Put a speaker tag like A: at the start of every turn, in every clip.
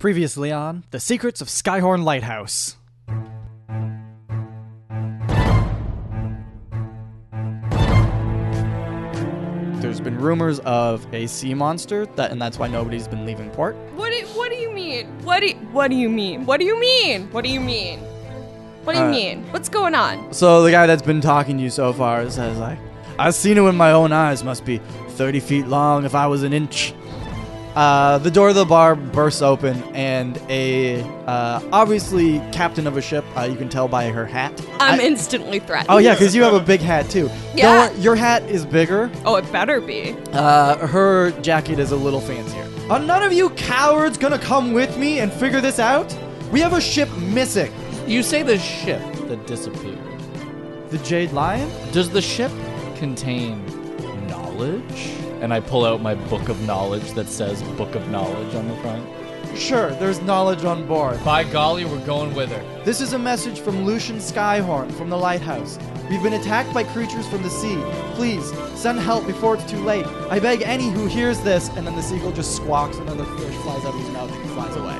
A: Previously on The Secrets of Skyhorn Lighthouse. There's been rumors of a sea monster, that, and that's why nobody's been leaving port.
B: What do, what do you mean? What do, what do you mean? What do you mean? What do you mean? What do you
A: Uh,
B: mean? What's going on?
A: So the guy that's been talking to you so far says, like, I've seen it with my own eyes. Must be 30 feet long if I was an inch. Uh, the door of the bar bursts open, and a uh, obviously captain of a ship. Uh, you can tell by her hat.
B: I'm
A: I-
B: instantly threatened.
A: Oh yeah, because you have a big hat too.
B: Yeah.
A: Don't wor- your hat is bigger.
B: Oh, it better be.
A: Uh, her jacket is a little fancier. Are none of you cowards gonna come with me and figure this out? We have a ship missing.
C: You say the ship that disappeared.
A: The Jade Lion.
C: Does the ship contain knowledge? And I pull out my book of knowledge that says book of knowledge on the front.
A: Sure, there's knowledge on board.
C: By golly, we're going with her.
A: This is a message from Lucian Skyhorn from the lighthouse. We've been attacked by creatures from the sea. Please send help before it's too late. I beg any who hears this. And then the seagull just squawks, and then the fish flies out of his mouth and he flies away.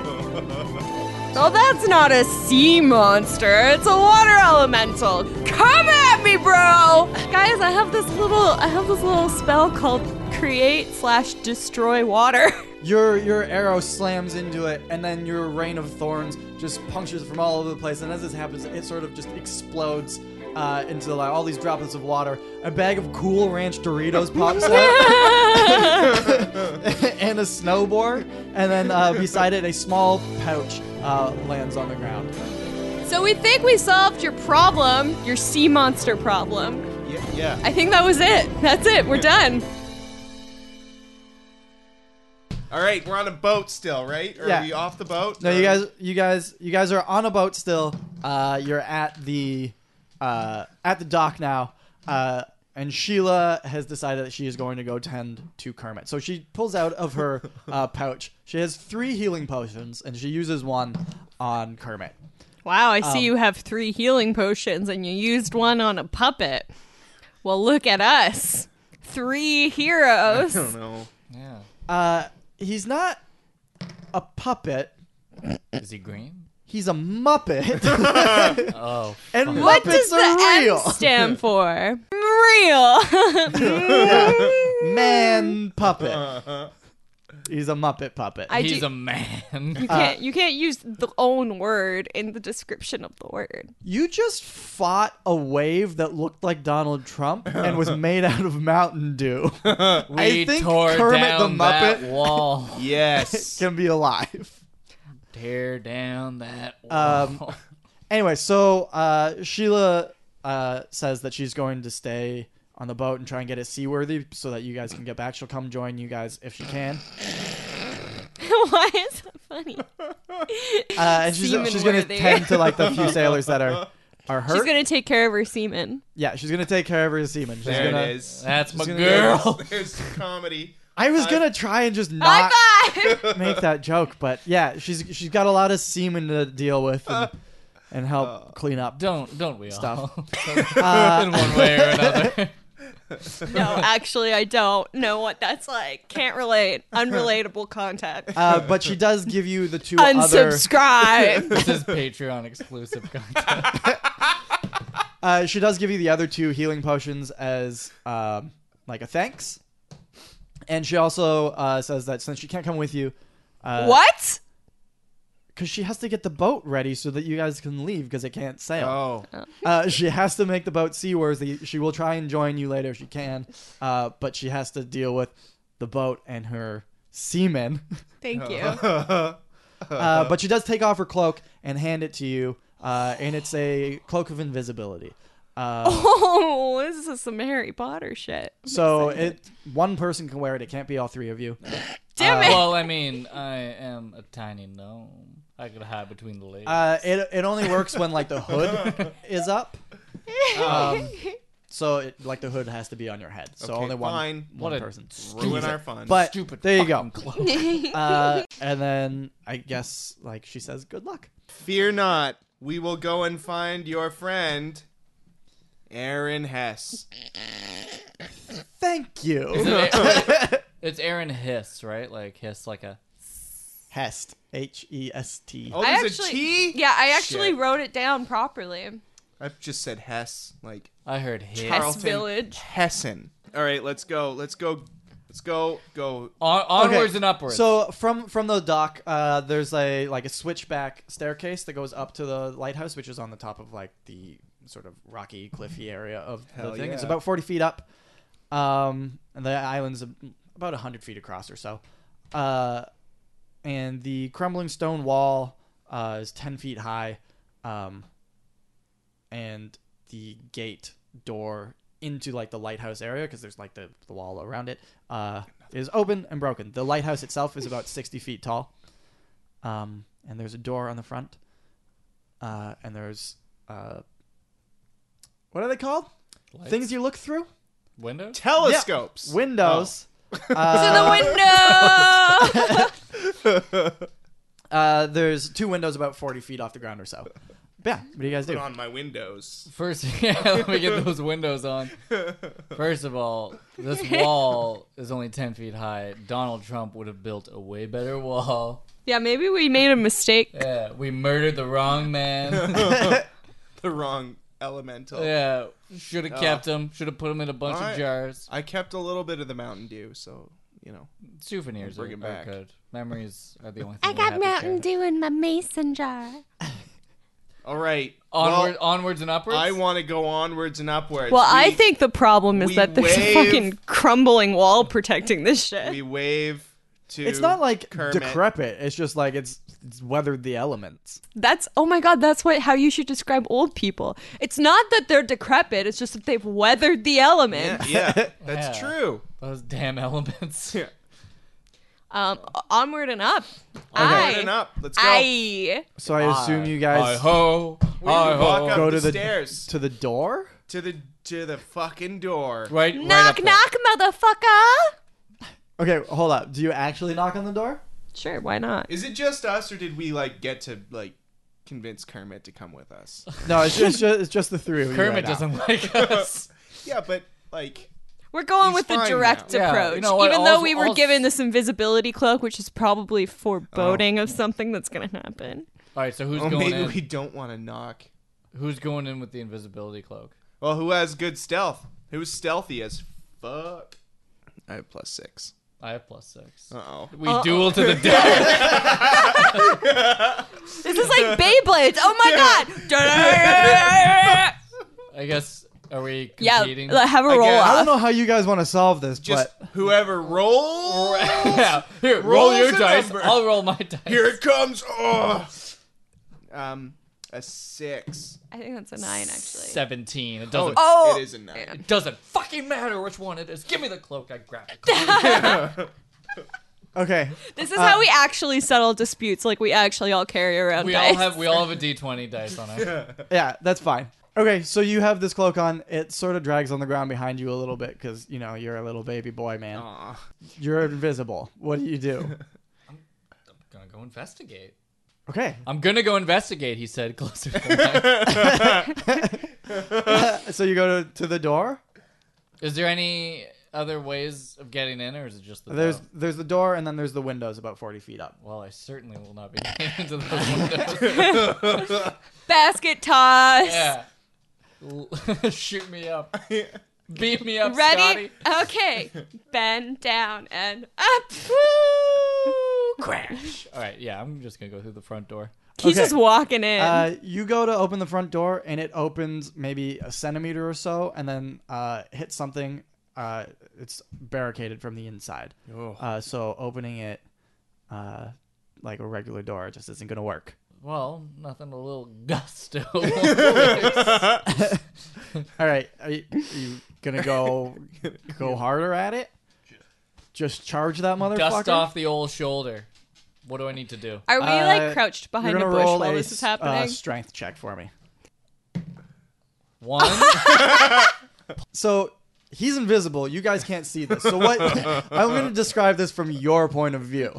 B: Well, that's not a sea monster. It's a water elemental. Come at me, bro. Guys, I have this little I have this little spell called create slash destroy water.
A: Your your arrow slams into it, and then your rain of thorns just punctures from all over the place. And as this happens, it sort of just explodes uh, into like all these droplets of water. A bag of Cool Ranch Doritos pops out. and a snowboard, and then uh, beside it, a small pouch uh, lands on the ground.
B: so we think we solved your problem, your sea monster problem.
D: Yeah, yeah.
B: I think that was it. That's it. We're done.
D: All right, we're on a boat still, right? Are
A: Yeah.
D: we off the boat?
A: No, you guys, you guys, you guys are on a boat still. Uh, you're at the uh, at the dock now, uh, and Sheila has decided that she is going to go tend to Kermit. So she pulls out of her uh, pouch. She has three healing potions, and she uses one on Kermit.
B: Wow, I
A: Um,
B: see you have three healing potions and you used one on a puppet. Well, look at us. Three heroes.
D: I don't know.
C: Yeah.
A: Uh, he's not a puppet.
C: Is he green?
A: He's a muppet,
C: Oh.
A: and
B: What
A: muppets
B: does
A: are
B: the
A: real.
B: M stand for? Real.
A: man
D: Uh.
A: puppet.
D: Uh-huh.
A: He's a Muppet puppet.
B: I
C: He's
B: do-
C: a man.
B: you
A: Uh,
B: can't you can't use the own word in the description of the word.
A: you just fought a wave that looked like Donald Trump and was made out of Mountain Dew.
C: we
A: I think
C: tore
A: Kermit the
C: down that
A: Muppet-
C: wall.
D: Yes.
A: Can be alive.
C: tear down that
A: Um,
C: wall.
A: Anyway, so uh, Sheila uh, says that she's going to stay on the boat and try and get it seaworthy so that you guys can get back. She'll come join you guys if she can.
B: Why is that funny?
A: Uh, and she's,
B: Seaman
A: she's going to
B: worthy.
A: tend to like the few sailors that are are hurt.
B: She's gonna take care of her semen.
A: yeah, she's going to take care of her seaman. She's
D: there
A: gonna,
D: it is.
C: That's my
A: gonna
D: There's-
C: girl.
D: There's the comedy.
A: I was
D: I-
A: going to try and just not.
B: High five!
A: make that joke, but yeah, she's she's got a lot of semen to deal with and, and help clean up.
C: Don't don't we all?
A: Stuff. Uh,
C: in one way or another.
B: no, actually, I don't know what that's like. Can't relate. Unrelatable contact.
A: Uh, but she does give you the two other.
B: Unsubscribe.
C: this is Patreon exclusive content.
A: Uh, she does give you the other two healing potions as um, like a thanks, and she also uh, says that since she can't come with you, uh,
B: what?
A: Because she has to get the boat ready so that you guys can leave because it can't sail.
D: Oh.
A: Uh, she has to make the boat seaworthy. She will try and join you later if she can, uh, but she has to deal with the boat and her seamen.
B: Thank you.
A: Uh, but she does take off her cloak and hand it to you, uh, and it's a cloak of invisibility. Uh,
B: Oh, this is some Harry Potter shit.
A: so it one person can wear it. It can't be all three of you.
B: Damn
D: Uh,
B: it.
C: Uh, well, I mean, I am a tiny gnome. I could hide between the legs.
A: Uh, it it only works when like the hood is up. Um, so it, like the hood has to be on your head. So
D: Okay,
A: only one
D: fine.
A: one
C: What a
A: person.
D: Ruin our fun.
A: But
C: Stupid
A: there you go.
C: fucking cloak.
A: Uh, and then I guess like she says, good luck.
D: fear not, we will go and find your friend, Aaron Hess.
A: Oh, Thank you.
C: Is it- it's Aaron Hiss, right? Like hiss, like a
A: Hest. H E S T.
D: Oh,
B: I
D: there's
B: actually,
D: a T?
B: yeah, I actually
D: Shit.
B: wrote it down properly.
D: I've just said Hess, like
C: I heard hit.
B: Hess
D: Charlton
B: Village.
D: Hessen. All right, let's go. Let's go. Let's go. Go.
C: On-
A: Okay,
C: onwards and upwards.
A: So from from the dock, uh, there's a like a switchback staircase that goes up to the lighthouse, which is on the top of like the sort of rocky cliffy area of
D: Hell
A: the thing. It's
D: yeah.
A: about forty feet up, um, and the island's ab- about hundred feet across or so. Uh, and the crumbling stone wall uh, is ten feet high, um, and the gate door into like the lighthouse area because there's like the, the wall around it uh, is open and broken. The lighthouse itself is about 60 feet tall, um, and there's a door on the front, uh, and there's uh, what are they called?
C: Lights?
A: Things you look through?
C: window.
D: Telescopes.
A: Windows.
D: Oh.
B: to
A: Uh,
B: the window.
A: uh, there's two windows about 40 feet off the ground or so. But yeah, what do you guys
D: Put
A: do?
D: on my windows.
C: First, yeah, let me get those windows on. First of all, this wall is only 10 feet high. Donald Trump would have built a way better wall.
B: yeah, maybe we made a mistake.
C: Yeah, we murdered the wrong man.
D: The wrong elemental.
C: Yeah, should have
A: Uh,
C: kept him. Should have put him in a bunch
D: Alright.
C: of jars.
D: I kept a little bit of the Mountain Dew, so you know.
C: Souvenirs
D: Bring
C: are,
D: him
C: are
D: back.
C: good. Memories are the only thing
B: I
C: we
B: got
C: have to
B: Mountain
C: cherish.
B: Dew in my mason jar.
D: All right.
C: Onward,
D: Well,
C: onwards and upwards.
D: I want to go onwards and upwards.
B: Well, I
D: We-
B: think the problem is
D: we
B: that there's a
D: wave-
B: fucking crumbling wall protecting this shit.
D: we wave to.
A: It's not like
D: Kermit.
A: decrepit. It's just like it's, it's weathered the elements.
B: That's oh my god, that's what how you should describe old people. It's not that they're decrepit, it's just that they've weathered the
D: Yeah,
B: element.
D: yeah,
C: Yeah.
D: that's true.
C: those damn elements.
D: Yeah.
B: Um onward and up.
D: Onward
B: I
D: and up. Let's go.
B: I
A: So I assume you
C: Hi
A: guys
C: ho,
D: We need
C: hi
D: to walk
C: ho.
D: up
A: Go
D: the,
A: to the-
D: stairs
A: to the door?
D: to the to the fucking door.
C: Right, right up
B: knock
C: there.
B: knock motherfucker.
A: Okay, hold up. Do you actually knock on the door?
B: Sure, why not?
D: Is it just us, or did we like get to like convince Kermit to come with us?
A: No, it's just, just it's just the three of you.
C: Kermit
A: right now.
C: doesn't like us.
D: yeah, but like
B: We're going
D: He's
B: with the
D: fine
B: direct
C: now. Yeah,
B: approach.
C: you know what,
B: Even
C: all's-
B: though we were
C: all's-
B: given this invisibility cloak, which is probably foreboding of something that's gonna happen.
C: All right, so who's
D: oh,
C: going
D: maybe
C: in?
D: we don't want to knock.
C: Who's going in with the invisibility cloak?
D: Well, who has good stealth? Who's stealthy as fuck? I have plus six.
C: I have plus six.
D: Uh oh.
C: We duel to the death.
B: This is like Beyblades. Oh my god.
C: I guess. Are we
B: yeah,
C: competing?
B: like, have a
D: I
B: roll
D: guess-
A: I
B: off.
A: don't know how you guys want to solve this,
D: Just
A: but
D: whoever rolls.
C: yeah. Here, roll
D: Rolls
C: your
D: and
C: dice.
D: number.
C: I'll roll my dice.
D: Here it comes. Oh. Um, a six.
B: I think that's a nine, actually.
C: Seventeen. It doesn't.
B: Oh.
D: it is a nine.
B: Yeah.
C: It doesn't fucking matter which one it is. Give me the cloak. I grab the cloak.
A: okay.
B: This is how we actually settle disputes. Like we actually all carry around
C: Uh. we
B: dice.
C: all have. We all have a D twenty dice on us.
A: Yeah, that's fine. Okay, so you have this cloak on. It sort of drags on the ground behind you a little bit because you know you're a little baby boy, man.
D: Aw.
A: You're invisible. What do you do?
C: I'm gonna go investigate.
A: Okay,
C: I'm gonna go investigate. He said closer. to the mic.
A: so you go to, to the door.
C: is there any other ways of getting in, or is it just the?
A: There's
C: door?
A: there's the door, and then there's the windows about forty feet up.
C: Well, I certainly will not be getting into those windows.
B: basket toss.
C: Yeah. L- Shoot me up. Beat me up,
B: Ready?
C: Scotty.
B: Okay. Bend down and up. Woo! Crash.
C: All right, yeah, I'm just gonna go through the front door.
B: He's
A: Okay.
B: just walking in.
A: Uh, you go to open the front door, and it opens maybe a centimeter or so, and then uh, hits something. Uh, it's barricaded from the inside. Uh, so opening it uh, like a regular door just isn't going to work.
C: Well, nothing a little gusto. I
A: All right. Are you, are you going to go go harder at it? Just charge that motherfucker?
C: Dust off the old shoulder. What do I need to do?
B: Are we like
A: uh,
B: crouched
A: You're
B: behind a
A: going to
B: bush
A: roll
B: while
A: a
B: this is
A: s- uh,
B: happening?
A: strength check for me.
C: One.
A: So he's invisible. You guys can't see this. So what? I'm going to describe this from your point of view.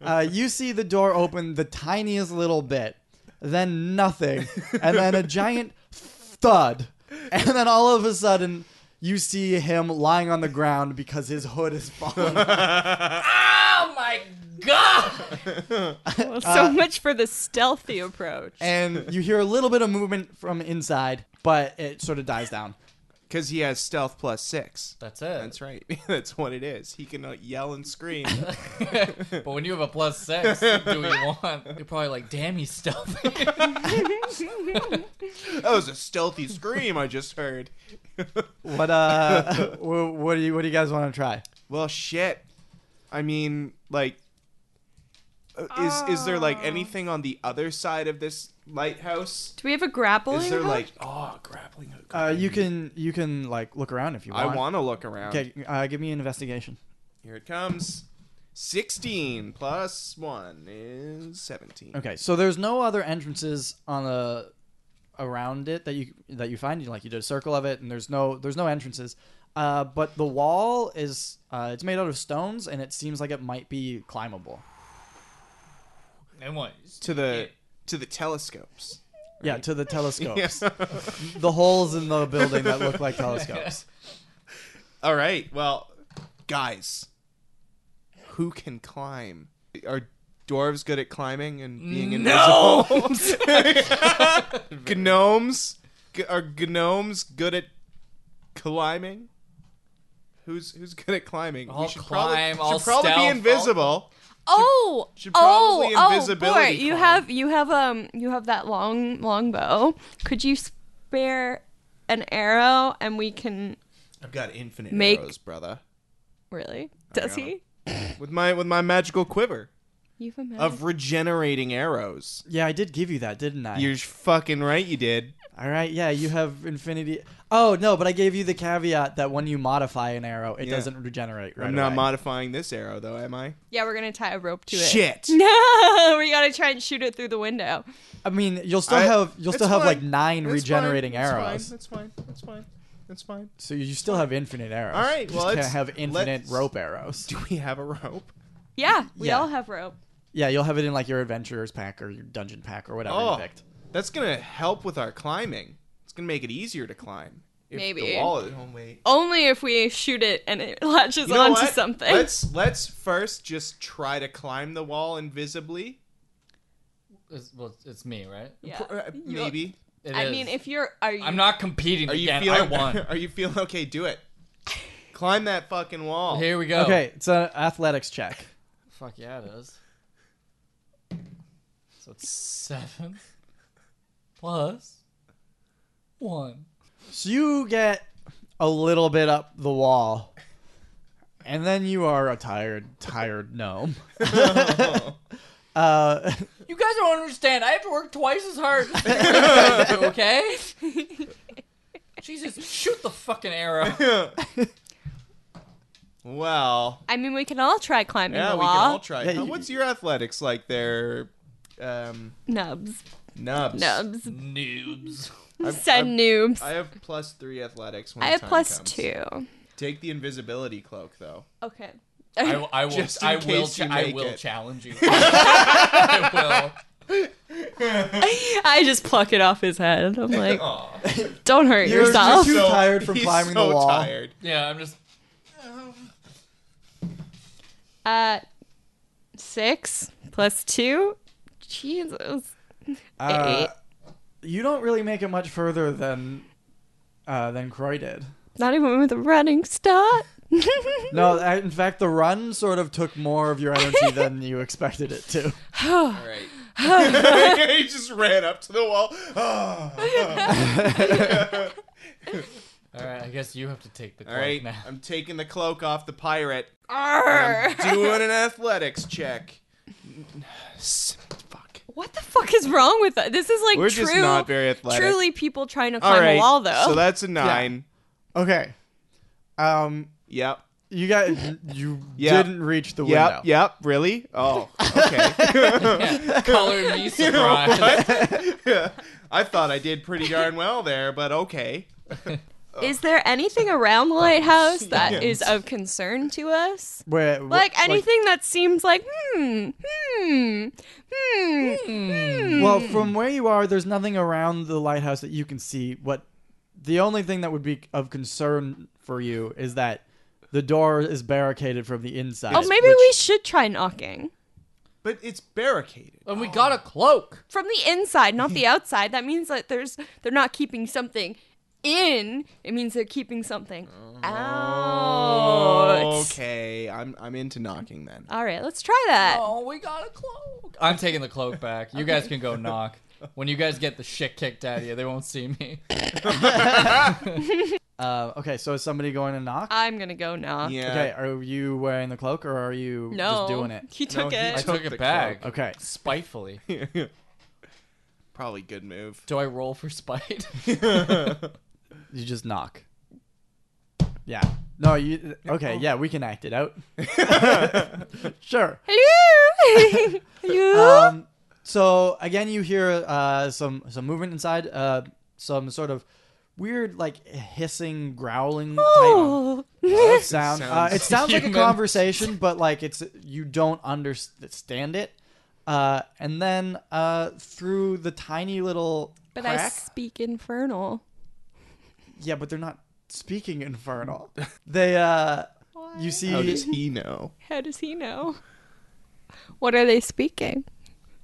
A: Uh, you see the door open the tiniest little bit, then nothing, and then a giant thud, and then all of a sudden. You see him lying on the ground because his hood is falling.
C: oh my God!
D: uh,
B: Well, so much for the stealthy approach.
A: and you hear a little bit of movement from inside, but it sort of dies down.
D: Because he has stealth plus six.
C: That's it.
D: That's right. That's what it is. He can uh, yell and scream.
C: but when you have a plus six, what do what you want? You're probably like, damn, he's stealthy.
D: that was a stealthy scream I just heard.
A: What uh, wha- what do you what do you guys want to try?
D: well, shit. I mean, like, uh, is is there like anything on the other side of this lighthouse?
B: Do we have a grappling?
D: Is there
B: hook?
D: like oh grappling hook?
A: Uh, you can you can like look around if you
D: I
A: want.
D: want to look around.
A: Okay, uh, give me an investigation.
D: Here it comes. 16 plus 1 is 17.
A: Okay, so there's no other entrances on the around it that you that you find. You like you did a circle of it, and there's no there's no entrances. Uh, but the wall is uh, it's made out of stones, and it seems like it might be climbable.
C: and what?
D: To the to the telescopes.
A: Yeah, to the telescopes,
D: Yes.
A: the holes in the building that look like telescopes.
D: All right. Well, guys, who can climb? Are dwarves good at climbing and being
C: No!
D: invisible? gnomes G- are gnomes good at climbing? Who's who's good at climbing?
C: I'll
D: probably,
C: climb, I'll
D: should probably
C: stealth,
D: be
C: I'll-
D: invisible.
B: oh,
D: should
B: oh,
D: probably
B: oh, boy!
D: invisibility
B: You
D: climb.
B: have you have um you have that long long bow. Could you spare an arrow and we can
D: I've got infinite
B: Make-
D: arrows, brother.
B: really? Does
D: got
B: he?
D: With my with my magical quiver
B: You've imagined.
D: of regenerating arrows.
A: Yeah, I did give you that, didn't I?
D: You're fucking right. You did.
A: All right, yeah, you have infinity. Oh no, but I gave you the caveat that when you modify an arrow, it
D: Yeah.
A: doesn't regenerate. Right
D: I'm not
A: away.
D: modifying this arrow though, am I?
B: yeah, we're gonna tie a rope to it.
D: Shit.
B: No, we gotta try and shoot it through the window.
A: I mean, you'll still
D: I-
A: have you'll still
D: it's
A: have
D: fine.
A: like nine
D: It's
A: regenerating
D: fine.
A: arrows.
D: That's fine. That's fine. That's fine. That's
A: So you still have infinite arrows.
D: All right,
A: You
D: well,
A: just
D: let's-
A: can't have infinite
D: let's-
A: rope arrows.
D: fine. Do we have a rope?
B: Yeah, we
A: Yeah.
B: all have rope.
A: Yeah, you'll have it in like your adventurers pack or your dungeon pack or whatever
D: Oh.
A: you picked.
D: That's gonna help with our climbing. It's gonna make it easier to climb. If
B: Maybe.
D: The wall is oh, wait.
B: Only if we shoot it and it latches
D: You know
B: onto
D: what?
B: something.
D: Let's let's first just try to climb the wall invisibly.
C: It's, well, it's me, right?
B: Yeah.
D: Pr- uh,
B: You-
D: Maybe.
C: It
B: I
C: is.
B: mean, if you're, are you?
C: I'm not competing
D: Are you
C: again.
D: feeling?
C: I won.
D: Are you feeling okay? Do it. climb that fucking wall.
C: Here we go.
A: Okay, it's an athletics check.
C: Fuck yeah, it is. So it's seven plus one.
A: So you get a little bit up the wall, and then you are a tired, tired gnome. uh,
C: You guys don't understand. I have to work twice as hard. as you guys do, okay? Jesus, shoot the fucking arrow.
D: Well,
B: I mean, we can all try climbing
D: yeah,
B: the
D: we can
B: wall.
D: all try.
A: Yeah,
D: How-
A: you-
D: What's your athletics like there? Um,
B: Nubs,
D: nubs.
B: nubs,
C: Noobs.
D: I've-
B: said
D: I've-
B: noobs.
D: I have plus three athletics. When
B: I
D: the
B: have
D: time
B: plus
D: comes.
B: two.
D: Take the invisibility cloak, though.
B: Okay.
C: I, I will.
D: Just in
C: I will.
D: case you
C: I
D: make
C: will
D: it.
C: challenge you. I
B: I just pluck it off his head. I'm like,
D: Aw.
B: don't hurt
A: You're-
B: yourself.
A: you're too- tired from
D: he's
A: climbing the
D: so
A: wall.
D: Tired.
C: will. Yeah, I'm just.
B: Uh, six plus two. Jesus.
A: uh,
B: Eight.
A: you don't really make it much further than uh, than Croy did.
B: Not even with a running start.
A: No, I- in fact, the run sort of took more of your energy than you expected it to.
D: All right. he just ran up to the wall. Ah,
C: All right, I guess you have to take the
D: All
C: cloak
D: right,
C: now.
D: I'm taking the cloak off the pirate.
B: Arr.
D: I'm doing an athletics check. S- Fuck.
B: What the fuck is wrong with that? This is like
D: We're
B: true,
D: just not very athletic.
B: truly people trying to
D: All
B: climb
D: right.
B: a wall though.
D: So that's a nine.
A: Okay. Um,
D: Yep.
A: you got you
D: Yeah.
A: didn't reach the
D: Yep.
A: window.
D: Yep. Really? Oh. Okay.
C: Yeah, color me surprised.
D: I thought I did pretty darn well there, but okay.
B: Is there anything around the lighthouse
D: Yes.
B: that is of concern to us?
A: Where, wh-
B: Like anything that seems like hmm, hmm, hmm.
A: well, from where you are, there's nothing around the lighthouse that you can see. What the only thing that would be of concern for you is that the door is barricaded from the inside.
B: Oh, maybe
A: which-
B: we should try knocking.
D: But it's barricaded.
C: And we got a cloak.
B: From the inside, not the outside. That means that there's they're not keeping something in. It means they're keeping something out.
D: Okay, I'm I'm into knocking then.
B: All right, let's try that.
C: Oh, we got a cloak. I'm taking the cloak back. You guys can go knock. When you guys get the shit kicked out of you, they won't see me.
A: Uh, okay, so is somebody going to knock?
B: I'm gonna go now.
D: Yeah.
A: okay, are you wearing the cloak or are you
B: No,
A: just doing it?
B: He took
D: he
B: it.
C: I
D: Took
C: took
D: the
C: it back.
D: cloak.
A: Okay.
C: Spitefully.
D: Probably good move.
C: Do I roll for spite?
A: You just knock. Yeah. No, you Okay, yeah, we can act it out. Oh. sure.
B: Hello. Hello.
A: Um, so again, you hear uh, some some movement inside, uh, some sort of weird like hissing, growling type
B: Oh.
A: sound.
D: Sounds
A: uh, it sounds like a
C: human.
A: conversation, but like it's you don't understand it. Uh, and then uh, through the tiny little
B: but I
A: crack,
B: speak infernal.
A: yeah, but they're not speaking infernal. they uh, you see
D: How does he know?
B: How does he know? What are they speaking?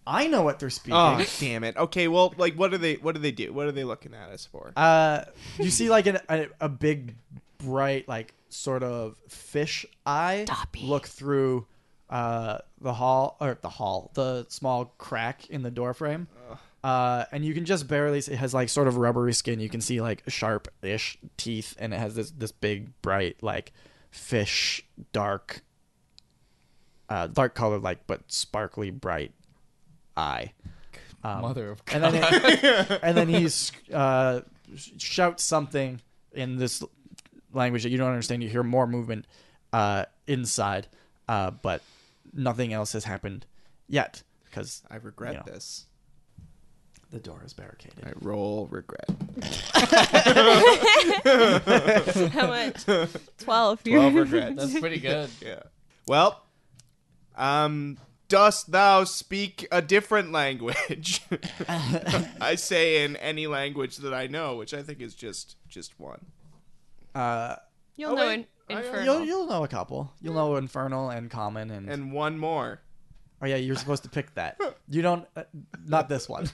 A: I know what they're speaking.
D: Oh damn it. Okay, well, like, what do they? What do they do? What are they looking at us for?
A: Uh, you see like an, a, a big, bright, like sort of fish eye
B: Dobby.
A: look through uh, the hall or the hall, the small crack in the door frame. Uh, and you can just barely see it has like sort of rubbery skin. You can see like sharp ish teeth and it has this, this big, bright, like fish, dark, uh, dark colored, like, but sparkly bright eye.
C: Ah, Mother of
A: And
C: God.
A: then, it, and then he uh, sh- shouts something in this language that you don't understand. You hear more movement uh, inside, uh, but nothing else has happened yet because
D: I regret
A: Yeah.
D: this.
A: the door is barricaded.
D: I roll regret.
B: How much? 12.
D: Twelve regrets.
C: That's pretty good.
D: Yeah. Well, um, dost thou speak a different language? I say in any language that I know, which I think is just just one.
A: Uh,
B: You'll
D: Oh,
B: know
D: wait.
B: in-
D: I- I-
B: infernal.
A: you'll you'll know a couple. You'll know infernal and common and,
D: And one more.
A: oh yeah, you're supposed to pick that. You don't, uh, not this one.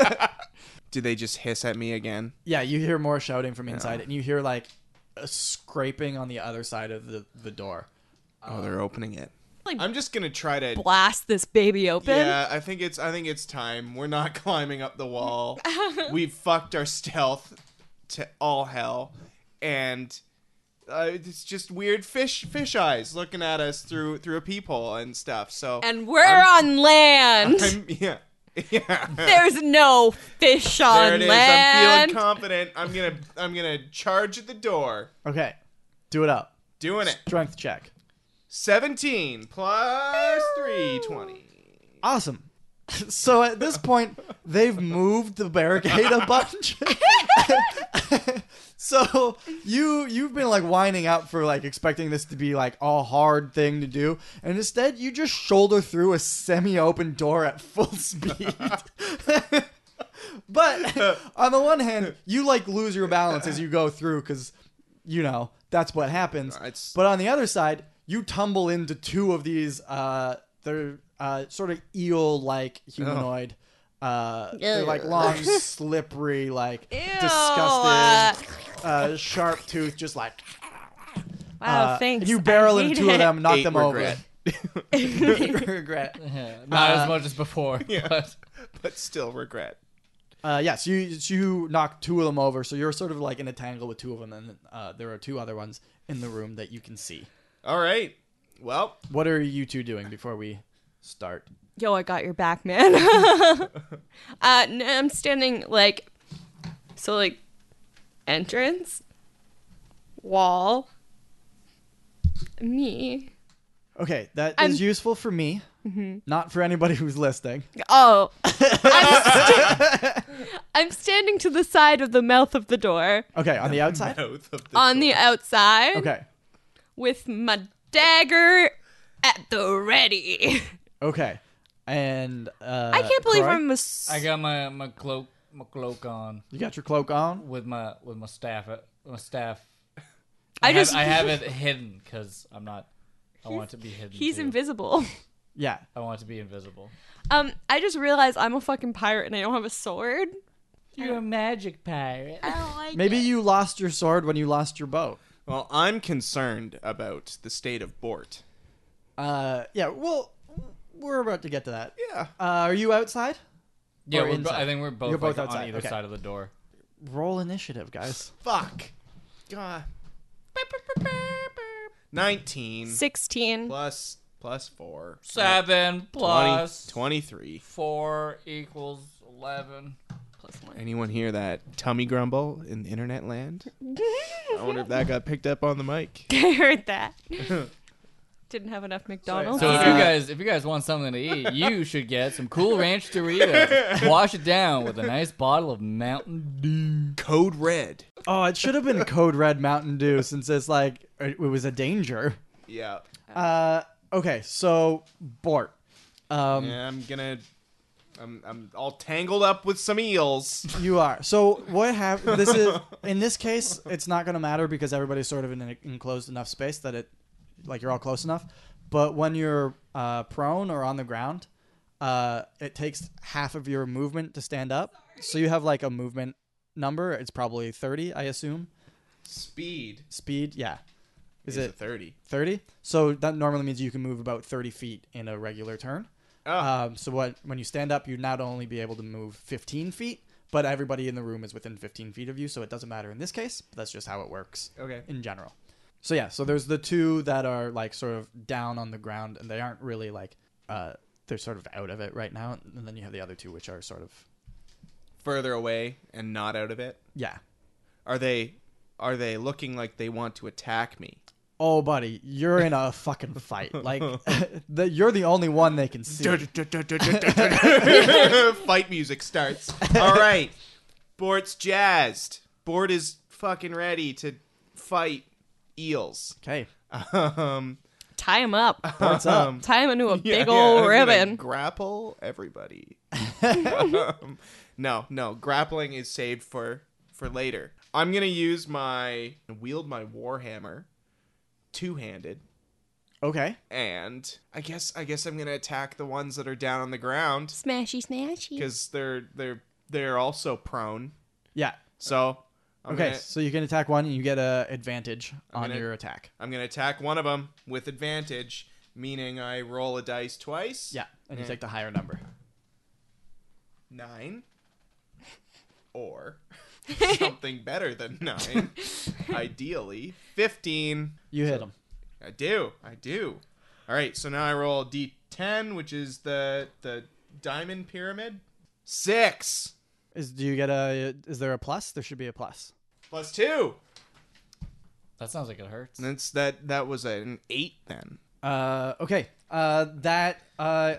D: Do they just hiss at me again?
A: yeah, you hear more shouting from inside, and you hear like a scraping on the other side of the the door.
D: Oh, they're opening it.
B: Like-
D: I'm just gonna try to.
B: Blast this baby open.
D: Yeah, I think it's I think it's time. We're not climbing up the wall. We've fucked our stealth to all hell, and uh, it's just weird fish fish eyes looking at us through through a peephole and stuff. So
B: And we're on land.
D: I'm, yeah, yeah.
B: There's no fish
D: there it
B: on
D: is. I'm
B: land.
D: feeling confident. I'm gonna I'm gonna charge at the door.
A: Okay, do it up.
D: Doing it.
A: Strength check.
D: Seventeen plus three twenty.
A: Awesome. So at this point, they've moved the barricade a bunch. so you you've been like winding up for like expecting this to be like a hard thing to do, and instead you just shoulder through a semi-open door at full speed. but on the one hand, you like lose your balance as you go through because you know that's what happens.
D: It's-
A: But on the other side, you tumble into two of these. Uh, they're uh, sort of eel-like humanoid. Uh, they're like long, slippery, like disgusting, uh, sharp tooth, just like.
B: Wow,
A: uh,
B: Oh, thanks.
A: and you barrel
B: I
A: into
B: hate
A: two of
B: it.
A: them, knock
D: Eight
A: them
D: regret.
A: over. Eight regret.
C: Yeah, not
A: Uh,
C: as much as before.
D: Yeah.
C: But
D: but still regret.
A: Uh, yes, you so you knock two of them over, so you're sort of like in a tangle with two of them, and uh, there are two other ones in the room that you can see.
D: All right. Well,
A: What are you two doing before we start?
B: Yo, I got your back, man. uh, no, I'm standing like, so like, entrance, wall, me.
A: Okay, that is
B: I'm-
A: useful for me,
B: Mm-hmm.
A: not for anybody who's listening.
B: Oh, I'm, sta- I'm standing to the side of the mouth of the door
A: Okay, on the outside.
D: oath of the
B: on the outside
A: Okay,
B: with my dagger at the ready.
A: okay, and uh,
B: I can't believe
A: Croy,
B: I'm a. s-
C: I got my, my cloak my cloak on
A: You got your cloak on.
C: with my with my staff uh, my staff.
B: I
C: have-
B: just
C: I have it hidden because I'm not. I want it to be hidden.
B: He's
C: too.
B: invisible.
A: Yeah.
C: I want to be invisible.
B: Um, I just realized I'm a fucking pirate and I don't have a sword.
C: You're a magic pirate.
A: Uh, Maybe you lost your sword when you lost your boat.
D: Well, I'm concerned about the state of Bort.
A: Uh, yeah. Well, we're about to get to that.
D: Yeah.
A: Uh, are you outside?
C: Yeah,
A: Or
C: we're bo-
A: inside.
C: I think we're both,
A: You're both
C: like,
A: outside,
C: on either
A: okay.
C: side of the door.
A: Roll initiative, guys.
D: Fuck. God. 19
B: 16.
D: plus plus 4.
C: Seven
D: 20,
C: plus
D: 23.
C: four equals eleven.
B: Plus
D: Anyone hear that tummy grumble in the internet land? I wonder if that got picked up on the mic.
B: I heard that. Didn't have enough McDonald's.
C: So if
A: Uh,
C: you guys if you guys want something to eat, you should get some cool ranch Doritos. Wash it down with a nice bottle of Mountain Dew.
D: Code red.
A: oh, it should have been Code Red Mountain Dew since it's like it was a danger.
D: Yeah.
A: Uh, okay. So Bort. Um,
D: Yeah, I'm gonna. I'm, I'm all tangled up with some eels.
A: You are. So what happened? This is in this case, it's not going to matter because everybody's sort of in an enclosed enough space that it, like, you're all close enough. But when you're uh, prone or on the ground, uh, it takes half of your movement to stand up. So you have like a movement number. It's probably thirty, I assume.
D: Speed
A: Speed, yeah. Is
D: is a
A: it
D: 30.
A: thirty? So that normally means you can move about thirty feet in a regular turn.
D: Oh,
A: Um, so what, when you stand up, you not only be able to move 15 feet, but everybody in the room is within 15 feet of you, so it doesn't matter in this case. That's just how it works
D: okay.
A: in general. So yeah, so there's the two that are like sort of down on the ground, and they aren't really like uh, they're sort of out of it right now. And then you have the other two, which are sort of
D: Further away and not out of it.
A: yeah.
D: Are they? Are they looking like they want to attack me?
A: Oh, buddy, you're in a fucking fight. Like, the, you're the only one they can see.
D: Fight music starts. All right. Bort's jazzed. Bort is fucking ready to fight eels.
A: Okay,
D: Um,
B: Tie him up.
A: what's up?
D: Um,
B: Tie him into a
D: yeah,
B: big
D: yeah,
B: old
D: I'm gonna
B: ribbon.
D: Grapple everybody. Um, no, no, grappling is saved for for later. I'm gonna use my wield my warhammer, two handed,
A: okay,
D: and I guess I guess I'm gonna attack the ones that are down on the ground.
B: Smashy, smashy.
D: because they're they're they're also prone.
A: yeah,
D: So I'm
A: okay.
D: gonna,
A: so you can attack one, and you get a advantage on
D: gonna-
A: your attack.
D: I'm gonna attack one of them with advantage, meaning I roll a dice twice.
A: Yeah, and you
D: Yeah.
A: take the higher number.
D: nine, or something better than nine, ideally fifteen.
A: You hit him.
D: I do, I do. All right, so now I roll d d10, which is the the diamond pyramid. Six
A: Is do you get a? Is there a plus? There should be a plus.
D: plus two.
C: That sounds like it hurts.
D: That's that. That was an eight then.
A: Uh, okay. Uh, that uh,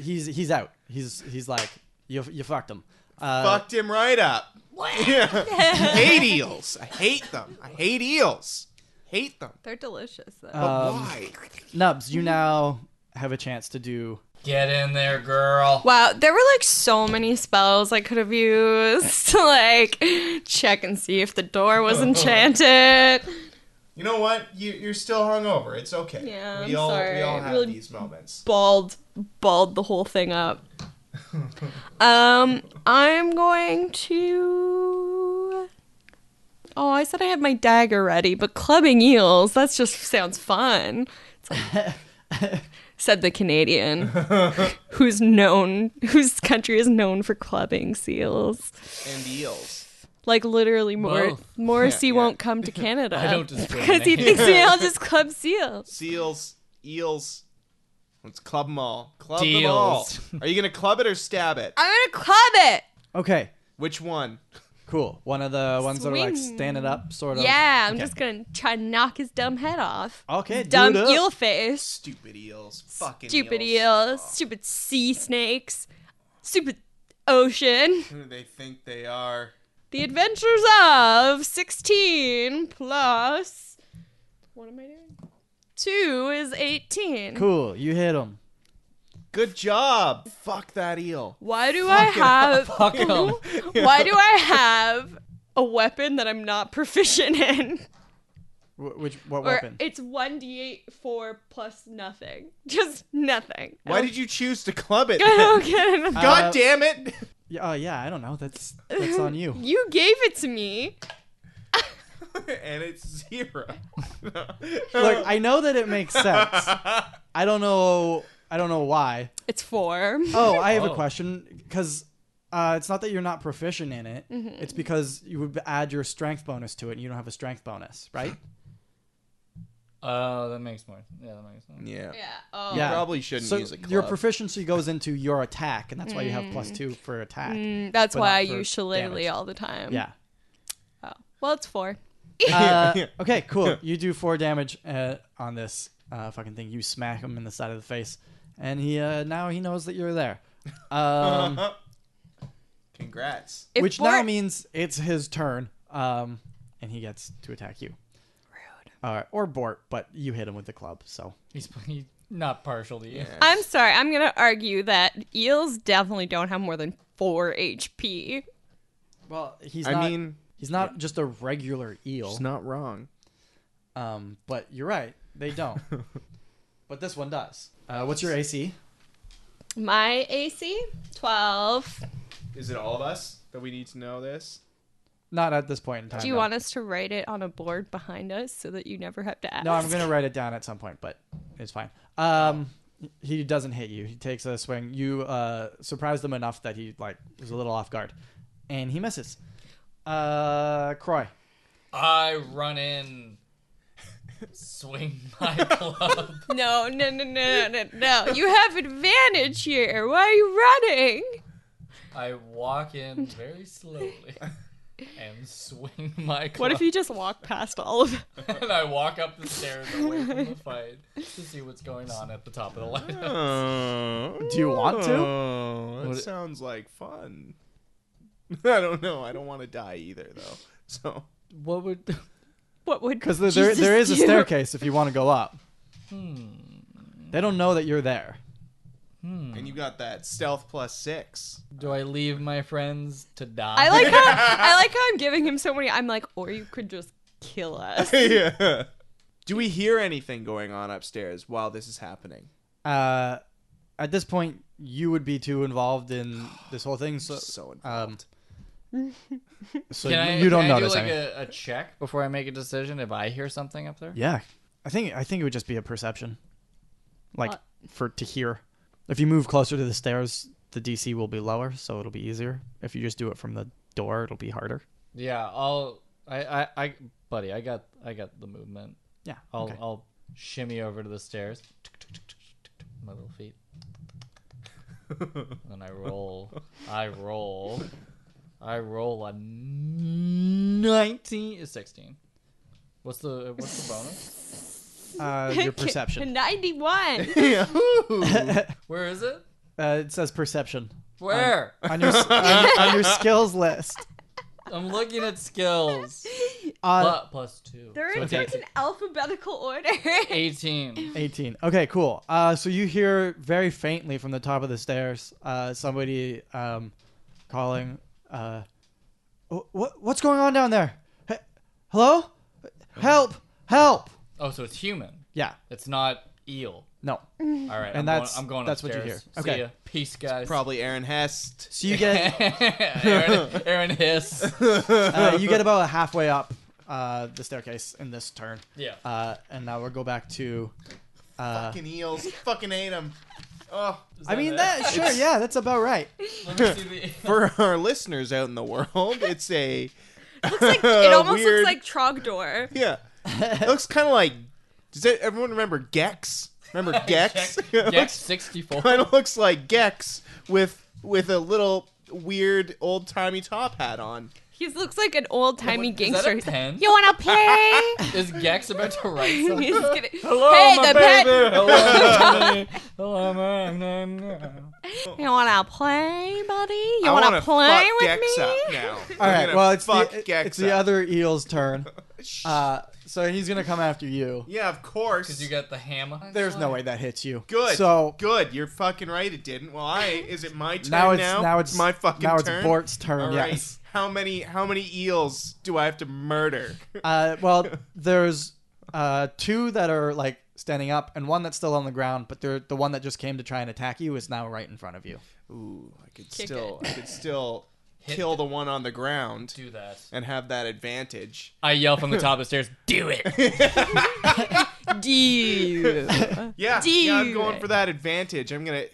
A: he's he's out. He's he's like you you fucked him. Uh,
D: fucked him right up. hate eels. I hate them. I hate eels. Hate them.
B: They're delicious, though.
D: But
A: Um,
D: why?
A: Nubs, you now have a chance to do.
C: Get in there, girl.
B: Wow, there were like so many spells I could have used to like check and see if the door was enchanted.
D: You know what? You, you're still hungover. It's okay.
B: Yeah,
D: we
B: I'm
D: all
B: sorry.
D: we all have
B: Really-
D: these moments.
B: Balled, balled the whole thing up. Um, I'm going to. Oh, I said I had my dagger ready, but clubbing eels, that's just sounds fun. It's like- said the Canadian, who's known, whose country is known for clubbing seals.
D: And eels.
B: Like literally, Mor-
C: Both.
B: Morrissey
D: Yeah, yeah.
B: won't come to Canada.
C: I don't
B: because he
C: discriminate.
B: thinks we all just club seals.
D: Seals. Eels. Let's club them all. Club them all.
C: Deals.
D: Are you gonna club it or stab it?
B: I'm gonna club it.
A: Okay,
D: Which one?
A: cool. One of the ones that are like
B: Swing.
A: standing up, sort of.
B: Yeah, I'm
A: Okay.
B: just gonna try to knock his dumb head off.
A: Okay, uh, do
B: dumb
A: it up.
B: eel face.
D: Stupid eels. Fucking
B: Stupid
D: eels.
B: eels. Stupid sea snakes. Stupid ocean.
D: Who do they think they are?
B: The adventures of 16 plus. What am I doing? Two is 18.
A: Cool. You hit him.
D: Good job. Fuck that eel.
B: Why do I have.
C: Fuck 'em.
B: Why do I have a weapon that I'm not proficient in?
A: Wh- Which what
B: Or
A: weapon?
B: it's 1d8 4 plus nothing. Just nothing. I
D: Why
B: don't-
D: did you choose to club it?
B: I
D: then?
B: don't get it.
D: God
A: Uh,
D: damn it!
A: Yeah, Oh yeah, I don't know. That's that's on you.
B: You gave it to me.
D: and it's zero.
A: Look, I know that it makes sense. I don't know. I don't know why.
B: It's 4.
A: Oh, I have a
C: Oh.
A: question because uh, it's not that you're not proficient in it. It's because you would add your strength bonus to it, and you don't have a strength bonus, right?
C: Oh, that makes more. Yeah, that makes sense.
D: yeah.
B: Yeah. Oh.
A: Yeah.
D: Probably shouldn't
A: So
D: use a club.
A: your proficiency goes into your attack, and that's why you have plus two for attack.
B: Mm, that's
A: But
B: why
A: not
B: I
A: for
B: use shillelagh
A: damage.
B: all the time.
A: Yeah.
B: Oh. Well, it's 4.
A: Uh, okay, cool. You do four damage uh, on this uh, fucking thing. You smack him in the side of the face, and he uh, now he knows that you're there. Um,
D: Congrats.
B: If
A: which
B: four-
A: now means it's his turn, um, and he gets to attack you.
B: Rude.
A: Uh, or Bort, but you hit him with the club, so.
C: He's, he's not partial to you.
B: I'm sorry. I'm going to argue that eels definitely don't have more than 4 HP.
A: Well, he's
D: I
A: not.
D: mean,
A: he's not just a regular eel.
D: it's not wrong.
A: Um, but you're right, they don't. but this one does. Uh, what's your AC?
B: My AC 12.
D: Is it all of us that we need to know this?
A: Not at this point in time.
B: Do you
A: no.
B: want us to write it on a board behind us so that you never have to ask?
A: No, I'm gonna write it down at some point, but it's fine. Um, he doesn't hit you. He takes a swing. You uh, surprised him enough that he like was a little off guard, and he misses. Uh, Croy.
C: I run in, swing my club.
B: No, no, no, no, no, no. You have advantage here. Why are you running?
C: I walk in very slowly and swing my club.
B: What if you just walk past all of
C: and I walk up the stairs away from the fight to see what's going on at the top of the lighthouse.
D: Oh,
A: Do you want to?
D: Oh, that
C: Would it-
D: sounds like fun. I don't know. I don't want to die either, though. So
C: What would?
B: what would
A: Because there, there, there is a
B: Jesus do?
A: staircase if you want to go up. They don't know that you're there.
D: and you got that stealth plus six.
C: Do I leave my friends to die?
B: I like how I like how I'm giving him so many. I'm like, or you could just kill us.
D: yeah. Do we hear anything going on upstairs while this is happening?
A: Uh, at this point, you would be too involved in this whole thing, so
D: So
A: um,
D: involved.
A: so
C: Can I,
A: you don't
C: can I do
A: notice.
C: like
A: I mean.
C: a, a check before I make a decision if I hear something up there?
A: Yeah, I think I think it would just be a perception, like
B: What?
A: for to hear. If you move closer to the stairs, the DC will be lower, so it'll be easier. If you just do it from the door, it'll be harder.
C: Yeah, I'll. I, I, I, buddy, I got, I got the movement.
A: Yeah.
C: I'll,
A: okay.
C: I'll shimmy over to the stairs. My little feet. and I roll. I roll. I roll a nineteen. Is sixteen. What's the what's the bonus?
A: Uh, your perception.
B: Ninety-one.
D: Yeah.
C: Where is it?
A: Uh, it says perception
C: Where?
A: on your s- on, on your skills list.
C: I'm looking at skills.
A: Uh,
C: Plu- plus two.
B: They're
C: So
B: in,
C: it's
B: it's in alphabetical order.
C: eighteen.
A: 18. Okay, cool. Uh, so you hear very faintly from the top of the stairs uh, somebody um, calling, uh, what, What's going on down there? He- Hello? Help! Help!
C: Oh, so it's human.
A: Yeah,
C: It's not eel.
A: no.
C: All right.
A: And
C: I'm
A: that's-
C: going, I'm going
A: that's what you
C: upstairs.
A: hear.
C: See
A: Okay.
C: ya. Peace, guys.
D: Probably Aaron Hest.
A: So you get
C: Aaron, Aaron hiss.
A: uh, you get about halfway up uh, the staircase in this turn,
C: Yeah.
A: uh, and now we'll go back to. Uh,
D: Fucking eels. Fucking ate him. Oh.
A: I mean
C: it?
A: that sure, yeah, that's about right.
C: Let me see the.
D: For our listeners out in the world, it's a
B: looks like it almost
D: Weird.
B: looks like Trogdor.
D: yeah. It looks kind of like. Does it, everyone remember Gex? Remember Gex? It
C: Gex 64.
D: kind of looks like Gex with with a little weird old timey top hat on.
B: He looks like an old timey
C: Is that a
B: gangster. He's like,
C: pen?
B: You wanna play?
C: Is Gex about to write something?
B: He's gonna-
C: Hello,
B: hey,
C: my
B: the
C: baby.
B: pet.
C: Hello, my Hello, my name. now.
B: You wanna play, buddy? You
D: I
B: wanna,
D: wanna
B: play
D: fuck
B: with
D: Gex
B: me?
D: up now.
A: All right, well it's
D: fuck
A: the,
D: Gex
A: it's the
D: up.
A: other eel's turn, uh, so he's gonna come after you.
D: Yeah, of course.
C: Did you get the hammer?
A: There's no way that hits you.
D: Good.
A: So
D: good. You're fucking right. It didn't. Well, I is it my turn
A: now
D: now?
A: it's now it's
D: my fucking
A: now it's
D: turn.
A: Bort's turn.
D: All right.
A: Yes.
D: How many how many eels do I have to murder?
A: Uh, well, there's uh, two that are like standing up, and one that's still on the ground. But they're, the one that just came to try and attack you is now right in front of you.
D: Ooh, I could
B: Kick
D: still, I could still kill the one on the ground
C: Do that.
D: and have that advantage.
C: I yell from the top of the stairs. Do it.
B: Dude.
D: Yeah, yeah, I'm
B: Do
D: going
B: it.
D: for that advantage. I'm gonna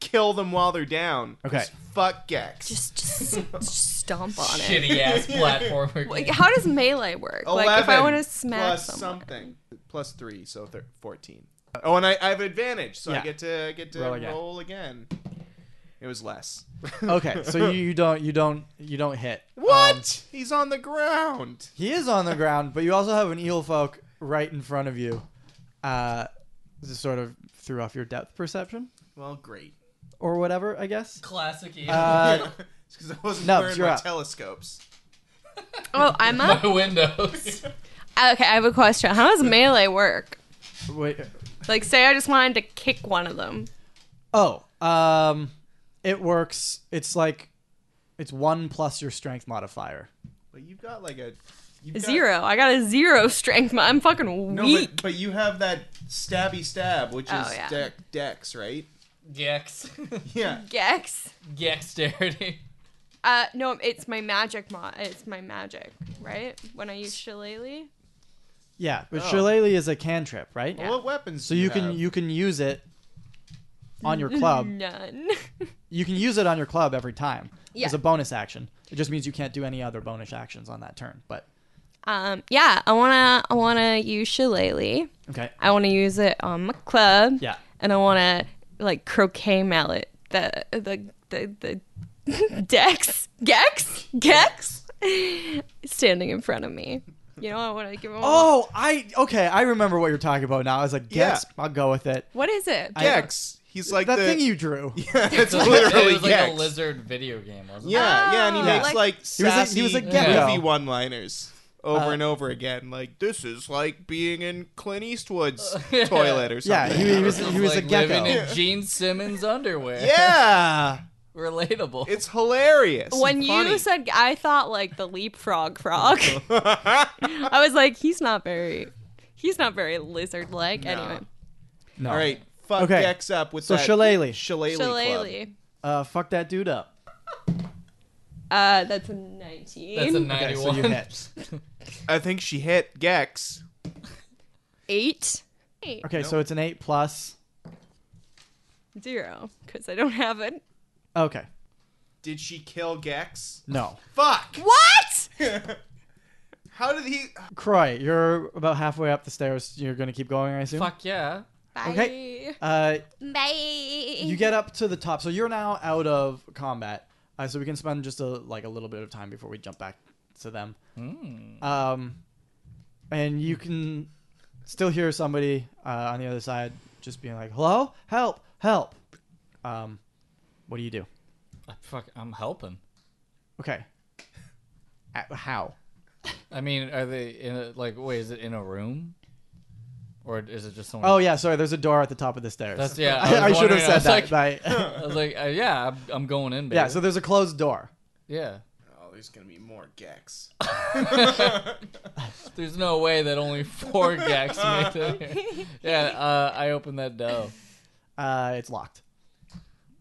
D: kill them while they're down.
A: Okay.
D: Just fuck Gex.
B: just, just, just stomp on it.
C: Shitty ass platformer.
B: Like, how does melee work? like, if I
D: 11
B: want to smack
D: plus
B: someone.
D: something plus three, so thir- fourteen. Oh, and I, I have advantage, so I
A: Yeah.
D: get to get to
A: Roll
D: roll
A: again.
D: again. It was less.
A: Okay, so you, you don't you don't you don't hit.
D: what?
A: Um,
D: He's on the ground.
A: he is on the ground, but you also have an eel folk right in front of you. Uh, this sort of threw off your depth perception
D: Well, great.
A: or whatever, I guess.
C: Classic.
A: Uh,
D: because I wasn't
A: no,
D: wearing
A: you're
D: my
A: up.
D: telescopes.
B: Oh, I'm up?
C: my windows.
B: Okay, I have a question. How does melee work?
A: Wait.
B: Like, say I just wanted to kick one of them.
A: Oh, um, it works. It's like it's one plus your strength modifier.
D: But you've got like a you've got-
B: Zero. I got a zero strength. mo- I'm fucking
D: No,
B: weak.
D: but, but you have that stabby stab, which
B: Oh,
D: is
B: yeah.
D: dec- dex, right?
C: Gex.
D: Yeah.
B: Gex.
C: Gexterity.
B: Uh, no, it's my magic mod. It's my magic, right? When I use shillelagh.
A: Yeah, but
D: Oh.
A: shillelagh is a cantrip, right?
D: Well, what weapons?
A: So
D: do
A: you can
D: have?
A: you can use it on your club.
D: Um.
B: None.
A: You can use it on your club every time
B: Yeah.
A: as a bonus action. It just means you can't do any other bonus actions on that turn. But
B: um, yeah, I wanna, I wanna use shillelagh.
A: okay,
B: I wanna use it on my club.
A: yeah,
B: And I wanna like croquet mallet the the the the Dex Gex Gex standing in front of me. You know, I wanna give him. a-
A: Oh, I okay. I remember what you're talking about now. I was like,
D: Yeah.
A: yes, I'll go with it.
B: What is it?
D: Gex. He's like
A: that
D: the,
A: thing you drew.
D: Yeah, it's
C: it
D: literally
C: was like
D: Gex.
C: a lizard video game, wasn't it?
D: Yeah, yeah, and he
B: Oh,
D: makes
B: like-
D: like,
A: He was a- he
D: sassy,
A: was a
C: gecko.
D: goofy one-liners over
A: Uh,
D: and over again. Like this is like being in Clint Eastwood's toilet or
A: Yeah,
D: something.
A: he, he was he was
C: like
A: a gecko.
C: living in Gene Simmons underwear.
A: Uh,
D: yeah,
C: Relatable.
D: it's hilarious. and
B: When
D: funny.
B: you said, I thought like the leapfrog frog. I was like, he's not very, he's not very lizard like.
D: No.
B: Anyway,
A: No.
D: all right, fuck
A: Okay.
D: Gex up with
A: So
D: that
A: shillelagh.
D: shillelagh, club.
B: shillelagh.
A: Uh, fuck that dude up.
B: Uh, that's a nineteen.
C: That's a
A: Okay, so
C: ninety-one.
A: you hit.
D: I think she hit Gex.
B: eight. Eight.
A: Okay, so it's an eight plus.
B: Zero, because I don't have it.
A: Okay,
D: Did she kill Gex?
A: no.
D: Fuck!
B: What?
D: How did he?
A: Croy, you're about halfway up the stairs. You're gonna keep going, I assume.
C: Fuck yeah.
B: Bye.
A: Okay. Uh,
B: Bye.
A: you get up to the top, so you're now out of combat. Uh, so we can spend just a like a little bit of time before we jump back to them.
C: Hmm.
A: Um, and you can still hear somebody uh, on the other side just being like, "Hello, help, help." Um, what do you do?
C: Uh, Fuck, I'm helping.
A: Okay. A- How?
C: I mean, are they in a, like, wait, is it in a room? Or is it just someone?
A: Oh yeah, sorry. There's a door at the top of the stairs.
C: That's, yeah.
A: I,
C: was
A: should have
C: wondering, I
A: said
C: was
A: that.
C: Like,
A: By,
C: I was like, uh, yeah, I'm, I'm going in, baby.
A: yeah. So there's a closed door.
C: yeah.
D: Oh, there's gonna be more Gex.
C: There's no way that only four Gex make it. Yeah, uh, I opened that door.
A: Uh, it's locked.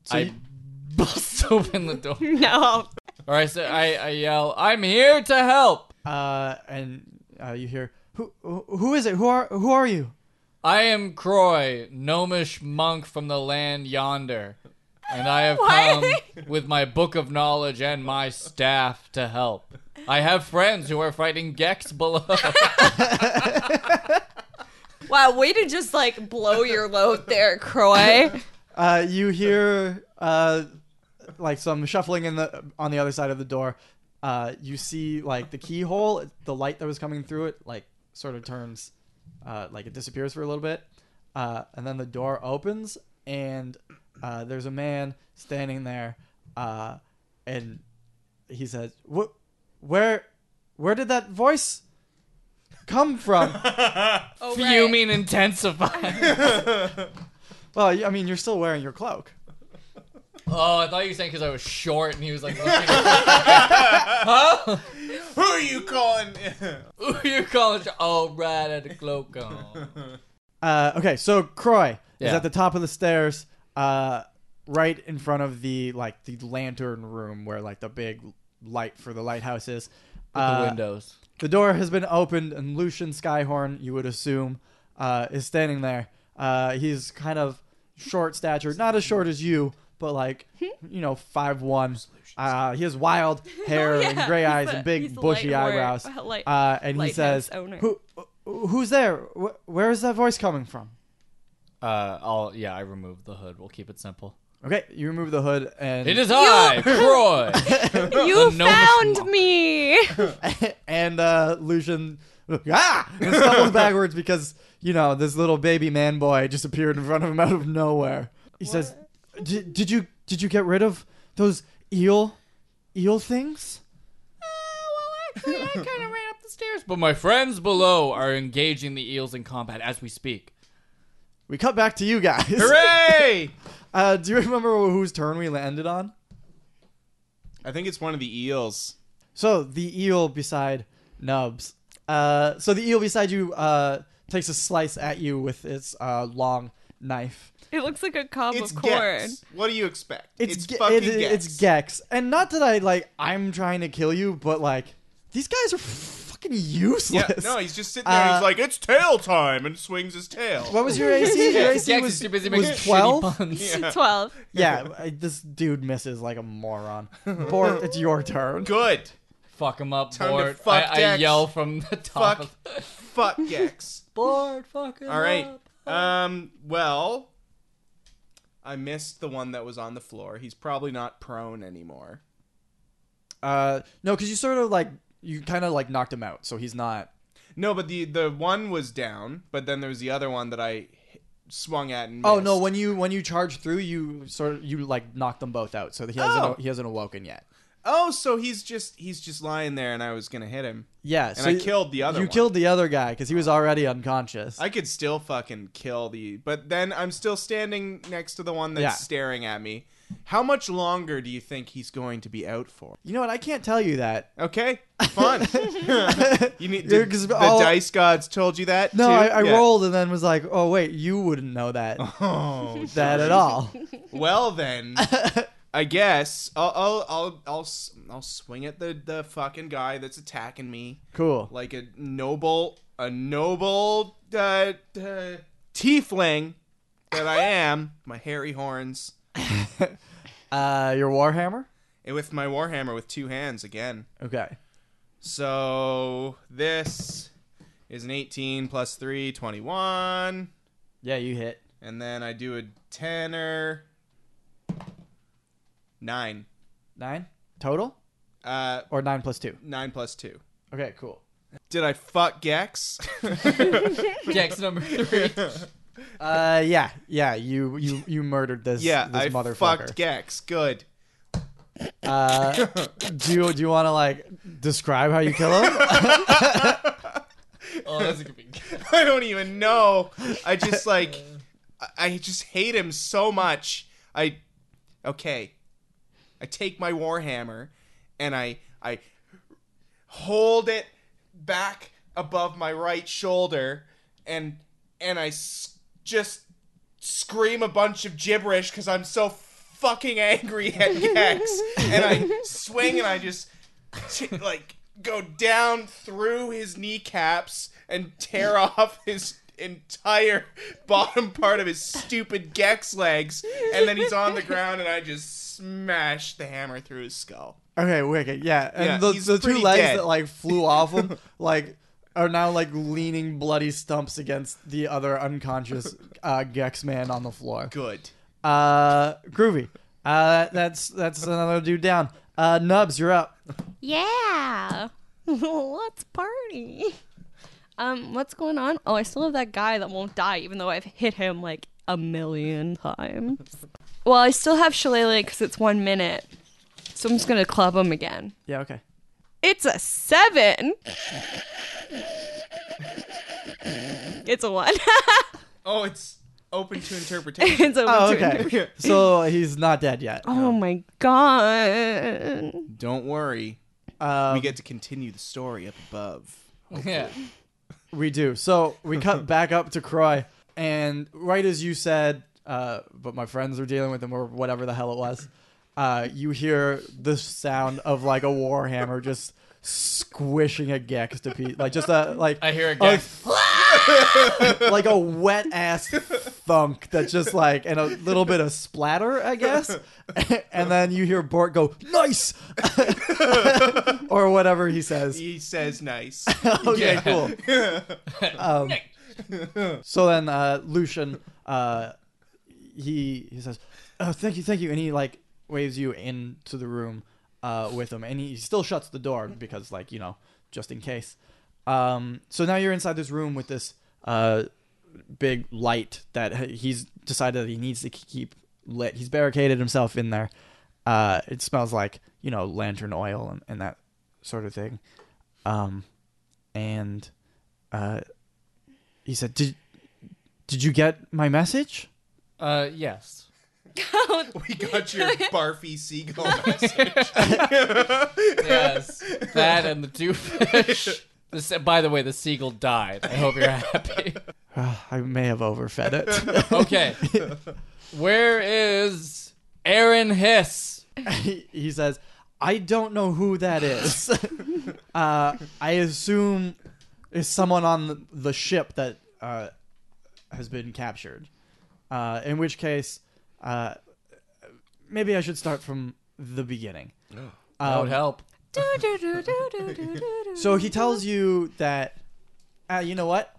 C: I
A: you-
C: bust open the door.
B: No.
C: Or I say, I, I yell, I'm here to help.
A: Uh, and uh, you hear who who who is it? Who are who are you?
C: I am Croy, gnomish monk from the land yonder, and I have come
B: Why?
C: with my book of knowledge and my staff to help. I have friends who are fighting Gex below.
B: Wow, way to just like blow your load there, Croy.
A: Uh, you hear uh, like some shuffling in the on the other side of the door. Uh, you see like the keyhole, the light that was coming through it, like sort of turns, uh, like it disappears for a little bit, uh, and then the door opens and uh, there's a man standing there, uh, and he says, "What? Where? Where did that voice come from?"
B: Oh, right.
C: Fuming intensified.
A: well, I mean, you're still wearing your cloak.
C: Oh, I thought you were saying because I was short, and he was like, looking at me. huh?
D: Who are you calling?
C: Ooh, you're calling. Sh- oh, right, I had a cloak on.
A: Uh, okay, so Croy is
C: Yeah.
A: at the top of the stairs, uh, right in front of the like the lantern room where like the big light for the lighthouse is. Uh,
C: the windows.
A: The door has been opened, and Lucian Skyhorn, you would assume, uh, is standing there. Uh, he's kind of short statured, not as short as you, but like
B: Hmm?
A: you know five one. Uh, he has wild hair and
B: Oh, yeah,
A: gray
B: he's
A: eyes
B: the-
A: and
B: he's
A: big
B: the
A: bushy
B: light wor-
A: eyebrows.
B: light-
A: Uh, and he
B: lighthouse
A: says,
B: owner.
A: "Who, who's there? Wh- where is that voice coming from?"
C: Uh, I'll yeah, I removed the hood. We'll keep it simple.
A: Okay, you remove the hood, and
C: It is I, Croy.
B: You
C: The gnomish
B: found
C: law.
B: me.
A: and uh, Lucian ah, and stumbles backwards because you know this little baby man boy just appeared in front of him out of nowhere. He says, "Did did you did you get rid of those eel eel things?"
C: Actually, I kind of ran up the stairs, but my friends below are engaging the eels in combat as we speak.
A: We cut back to you guys.
D: Hooray!
A: Uh, do you remember whose turn we ended on?
D: I think it's one of the eels.
A: So the eel beside Nubs. Uh, so the eel beside you uh, takes a slice at you with its uh, long knife.
B: It looks like a cob
D: It's
B: of corn.
D: Gex. What do you expect? It's,
A: Ge-
D: fucking
A: it-
D: Gex.
A: It's Gex, and not that I like. I'm trying to kill you, but like these guys are fucking
D: Yeah,
A: useless.
D: no, he's just sitting there. and
A: Uh,
D: he's like, it's tail time, and swings his tail.
A: What was your AC? Your
C: Gex
A: AC
C: is
A: was,
C: too busy
A: was
C: making shitty
A: 12?
C: puns.
D: Yeah.
B: Twelve.
A: Yeah, I- this dude misses like a moron. Bort, it's your turn.
D: Good.
C: Fuck him up,
D: Time to
C: Bort.
D: fuck
C: I, I
D: Dex.
C: yell from the top.
D: Fuck.
C: Of,
D: Fuck Gex.
C: Bort, fuck him
D: All right.
C: up.
D: Um. Well, I missed the one that was on the floor. He's probably not prone anymore.
A: Uh, no, because you sort of like you kind of like knocked him out, so he's not.
D: No, but the the one was down. But then there was the other one that I h- swung at and.
A: Oh no,
D: missed.
A: when you when you charge through, you sort of you like knocked them both out, so he hasn't
D: Oh.
A: he hasn't awoken yet.
D: Oh, so he's just he's just lying there, and I was gonna hit him,
A: Yeah,
D: and I killed the other.
A: You
D: one.
A: killed the other guy because he was already unconscious.
D: I could still fucking kill the. But then I'm still standing next to the one that's
A: Yeah.
D: staring at me. How much longer do you think he's going to be out for?
A: you know what? I can't tell you that.
D: Okay, fun. you need
A: Yeah,
D: did
A: 'cause
D: the
A: all-
D: dice gods told you that.
A: No,
D: too?
A: I, I
D: Yeah.
A: rolled and then was like, oh wait, you wouldn't know that
D: Oh,
A: that at all.
D: well then. I guess I'll I'll I'll I'll, s- I'll swing at the, the fucking guy that's attacking me
A: Cool.
D: like a noble a noble uh, uh, tiefling that I am. My hairy horns
A: Uh, your warhammer.
D: and with my warhammer with two hands again.
A: Okay.
D: So this is an 18 plus 3, 21.
A: Yeah, you hit.
D: And then I do a tenor. Nine.
A: Nine total
D: Uh,
A: or nine plus two.
D: nine plus two.
A: Okay, cool.
D: Did I fuck Gex?
C: Gex number three.
A: Uh, yeah, yeah. You you you murdered this.
D: yeah,
A: this
D: I
A: motherfucker.
D: fucked Gex. Good.
A: uh, do you do you want to like describe how you kill him?
C: Oh, that's gonna be.
D: I don't even know. I just like, I- I just hate him so much. I, okay, I take my warhammer, and I I hold it back above my right shoulder, and and I s- just scream a bunch of gibberish because I'm so fucking angry at Gex, and I swing and I just t- like go down through his kneecaps and tear off his entire bottom part of his stupid gex legs and then he's on the ground and i just smash the hammer through his skull
A: okay, wicked. Yeah, and
D: Yeah,
A: the
D: he's
A: the two
D: pretty
A: legs
D: dead.
A: that like flew off him like are now like leaning bloody stumps against the other unconscious uh, Gex man on the floor.
D: good
A: Uh, groovy. Uh, that's that's another dude down. Uh, Nubs, you're up.
B: Yeah. Let's party. Um, what's going on? Oh, I still have that guy that won't die, even though I've hit him like a million times. Well, I still have Shillelagh because it's one minute. So I'm just gonna club him again.
A: Yeah, okay.
B: It's a seven. It's a one.
D: oh it's open to interpretation
B: it's a one.
A: Oh,
B: too.
A: okay. so he's not dead yet.
B: Oh my god.
D: don't worry
A: Uh, Um,
D: we get to continue the story up above.
C: Yeah.
A: We do. So we cut back up to Croy, and right as you said, uh, but my friends are dealing with him or whatever the hell it was, uh, you hear the sound of like a war hammer just squishing a gex to pieces, like just a like
C: I hear a
A: a
C: gex.
A: like a wet ass thunk that's just like and a little bit of splatter, I guess. and then you hear Bort go nice, or whatever he says.
D: He says nice.
A: okay,
C: Yeah.
A: cool. Um, so then uh, Lucian, uh, he he says, "Oh, thank you, thank you," and he like waves you into the room uh, with him, and he still shuts the door because like you know just in case. Um, so now you're inside this room with this uh, big light that he's decided that he needs to keep lit. He's barricaded himself in there. Uh, it smells like you know lantern oil and, and that sort of thing. Um, and uh, he said, "Did did you get my message?"
C: Uh, yes.
D: we got your barfy seagull message.
C: Yes. That and the two fish. The se- by the way, the seagull died. I hope you're happy.
A: Ah, I may have overfed it.
C: Okay. Where is Aaron Hiss?
A: he, he says, "I don't know who that is. uh, I assume it's someone on the, the ship that uh, has been captured. Uh, in which case, uh, maybe I should start from the beginning."
C: Oh.
A: Um,
C: That would help.
B: Do, do, do, do, do, do, do, do.
A: So he tells you that, ah, you know what?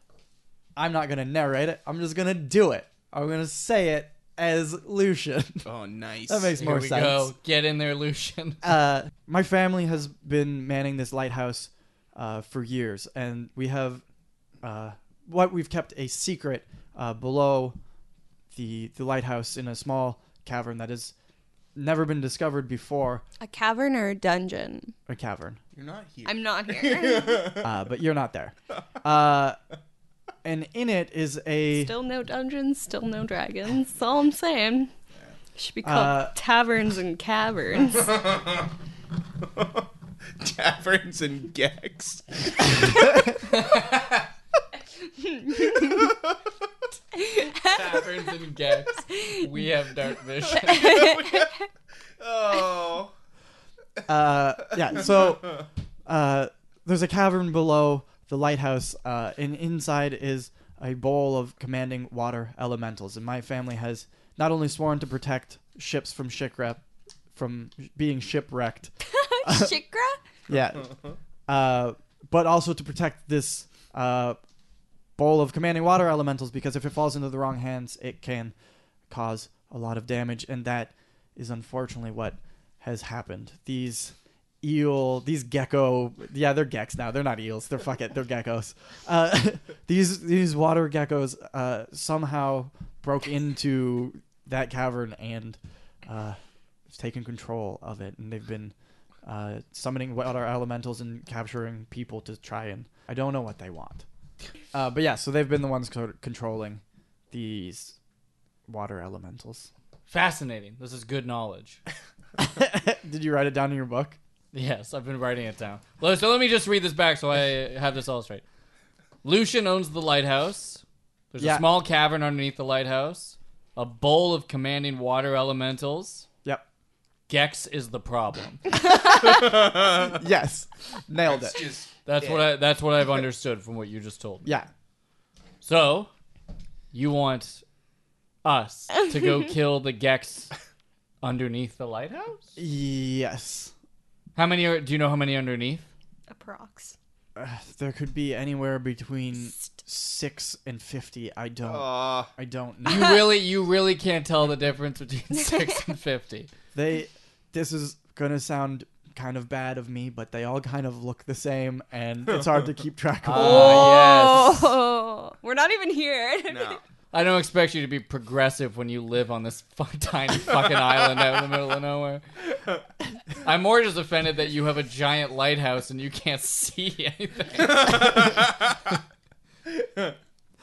A: I'm not gonna narrate it. I'm just gonna do it. I'm gonna say it as Lucian.
D: Oh, nice.
A: that makes
C: Here
A: more
C: we
A: sense.
C: go. Get in there, Lucian.
A: Uh, my family has been manning this lighthouse uh, for years, and we have uh, what we've kept a secret uh, below the the lighthouse in a small cavern that has never been discovered before.
B: a cavern or a dungeon?
A: A cavern.
D: You're not here.
B: I'm not here.
A: uh, but you're not there. Uh, and in it is a
B: still no dungeons, still no dragons. That's all I'm saying. Should be called
A: Uh,
B: taverns and caverns.
D: Taverns and gecks.
C: Taverns and Gex. We have dark vision.
D: Oh.
A: uh, yeah. So uh, there's a cavern below the lighthouse, uh, and inside is a bowl of commanding water elementals. And my family has not only sworn to protect ships from shipwreck, from being shipwrecked,
B: Shikra?
A: yeah, uh, but also to protect this uh, bowl of commanding water elementals because if it falls into the wrong hands, it can cause a lot of damage, and that is unfortunately what has happened. These eel, these gecko, yeah, they're gecks now. They're not eels. They're fuck it. They're geckos. Uh, these these water geckos uh, somehow broke into that cavern and uh, have taken control of it, and they've been. Uh, summoning water elementals and capturing people to try and I don't know what they want. Uh, but yeah, so they've been the ones co- controlling these water elementals.
C: Fascinating. This is good knowledge.
A: Did you write it down in your book?
C: Yes, I've been writing it down. Well, So let me just read this back so I have this all straight. Lucian owns the lighthouse. There's
A: Yeah.
C: a small cavern underneath the lighthouse. A bowl of commanding water elementals.
A: Yep.
C: Gex is the problem.
A: Yes. Nailed it.
D: Just
C: That's what I that's what I've understood from what you just told me.
A: Yeah.
C: So, you want us to go kill the Gex underneath the lighthouse?
A: Yes.
C: How many are do you know how many underneath?
B: Approx.
A: Uh, there could be anywhere between six and fifty. I don't.
D: Aw.
A: I don't
C: You
A: know.
C: really you really can't tell the difference between 6 and 50.
A: They. This is gonna sound kind of bad of me, but they all kind of look the same, and it's hard to keep track of.
C: Uh, Ah, yes.
B: Oh, we're not even here.
D: no.
C: I don't expect you to be progressive when you live on this fu- tiny fucking island out in the middle of nowhere. I'm more just offended that you have a giant lighthouse and you can't see anything.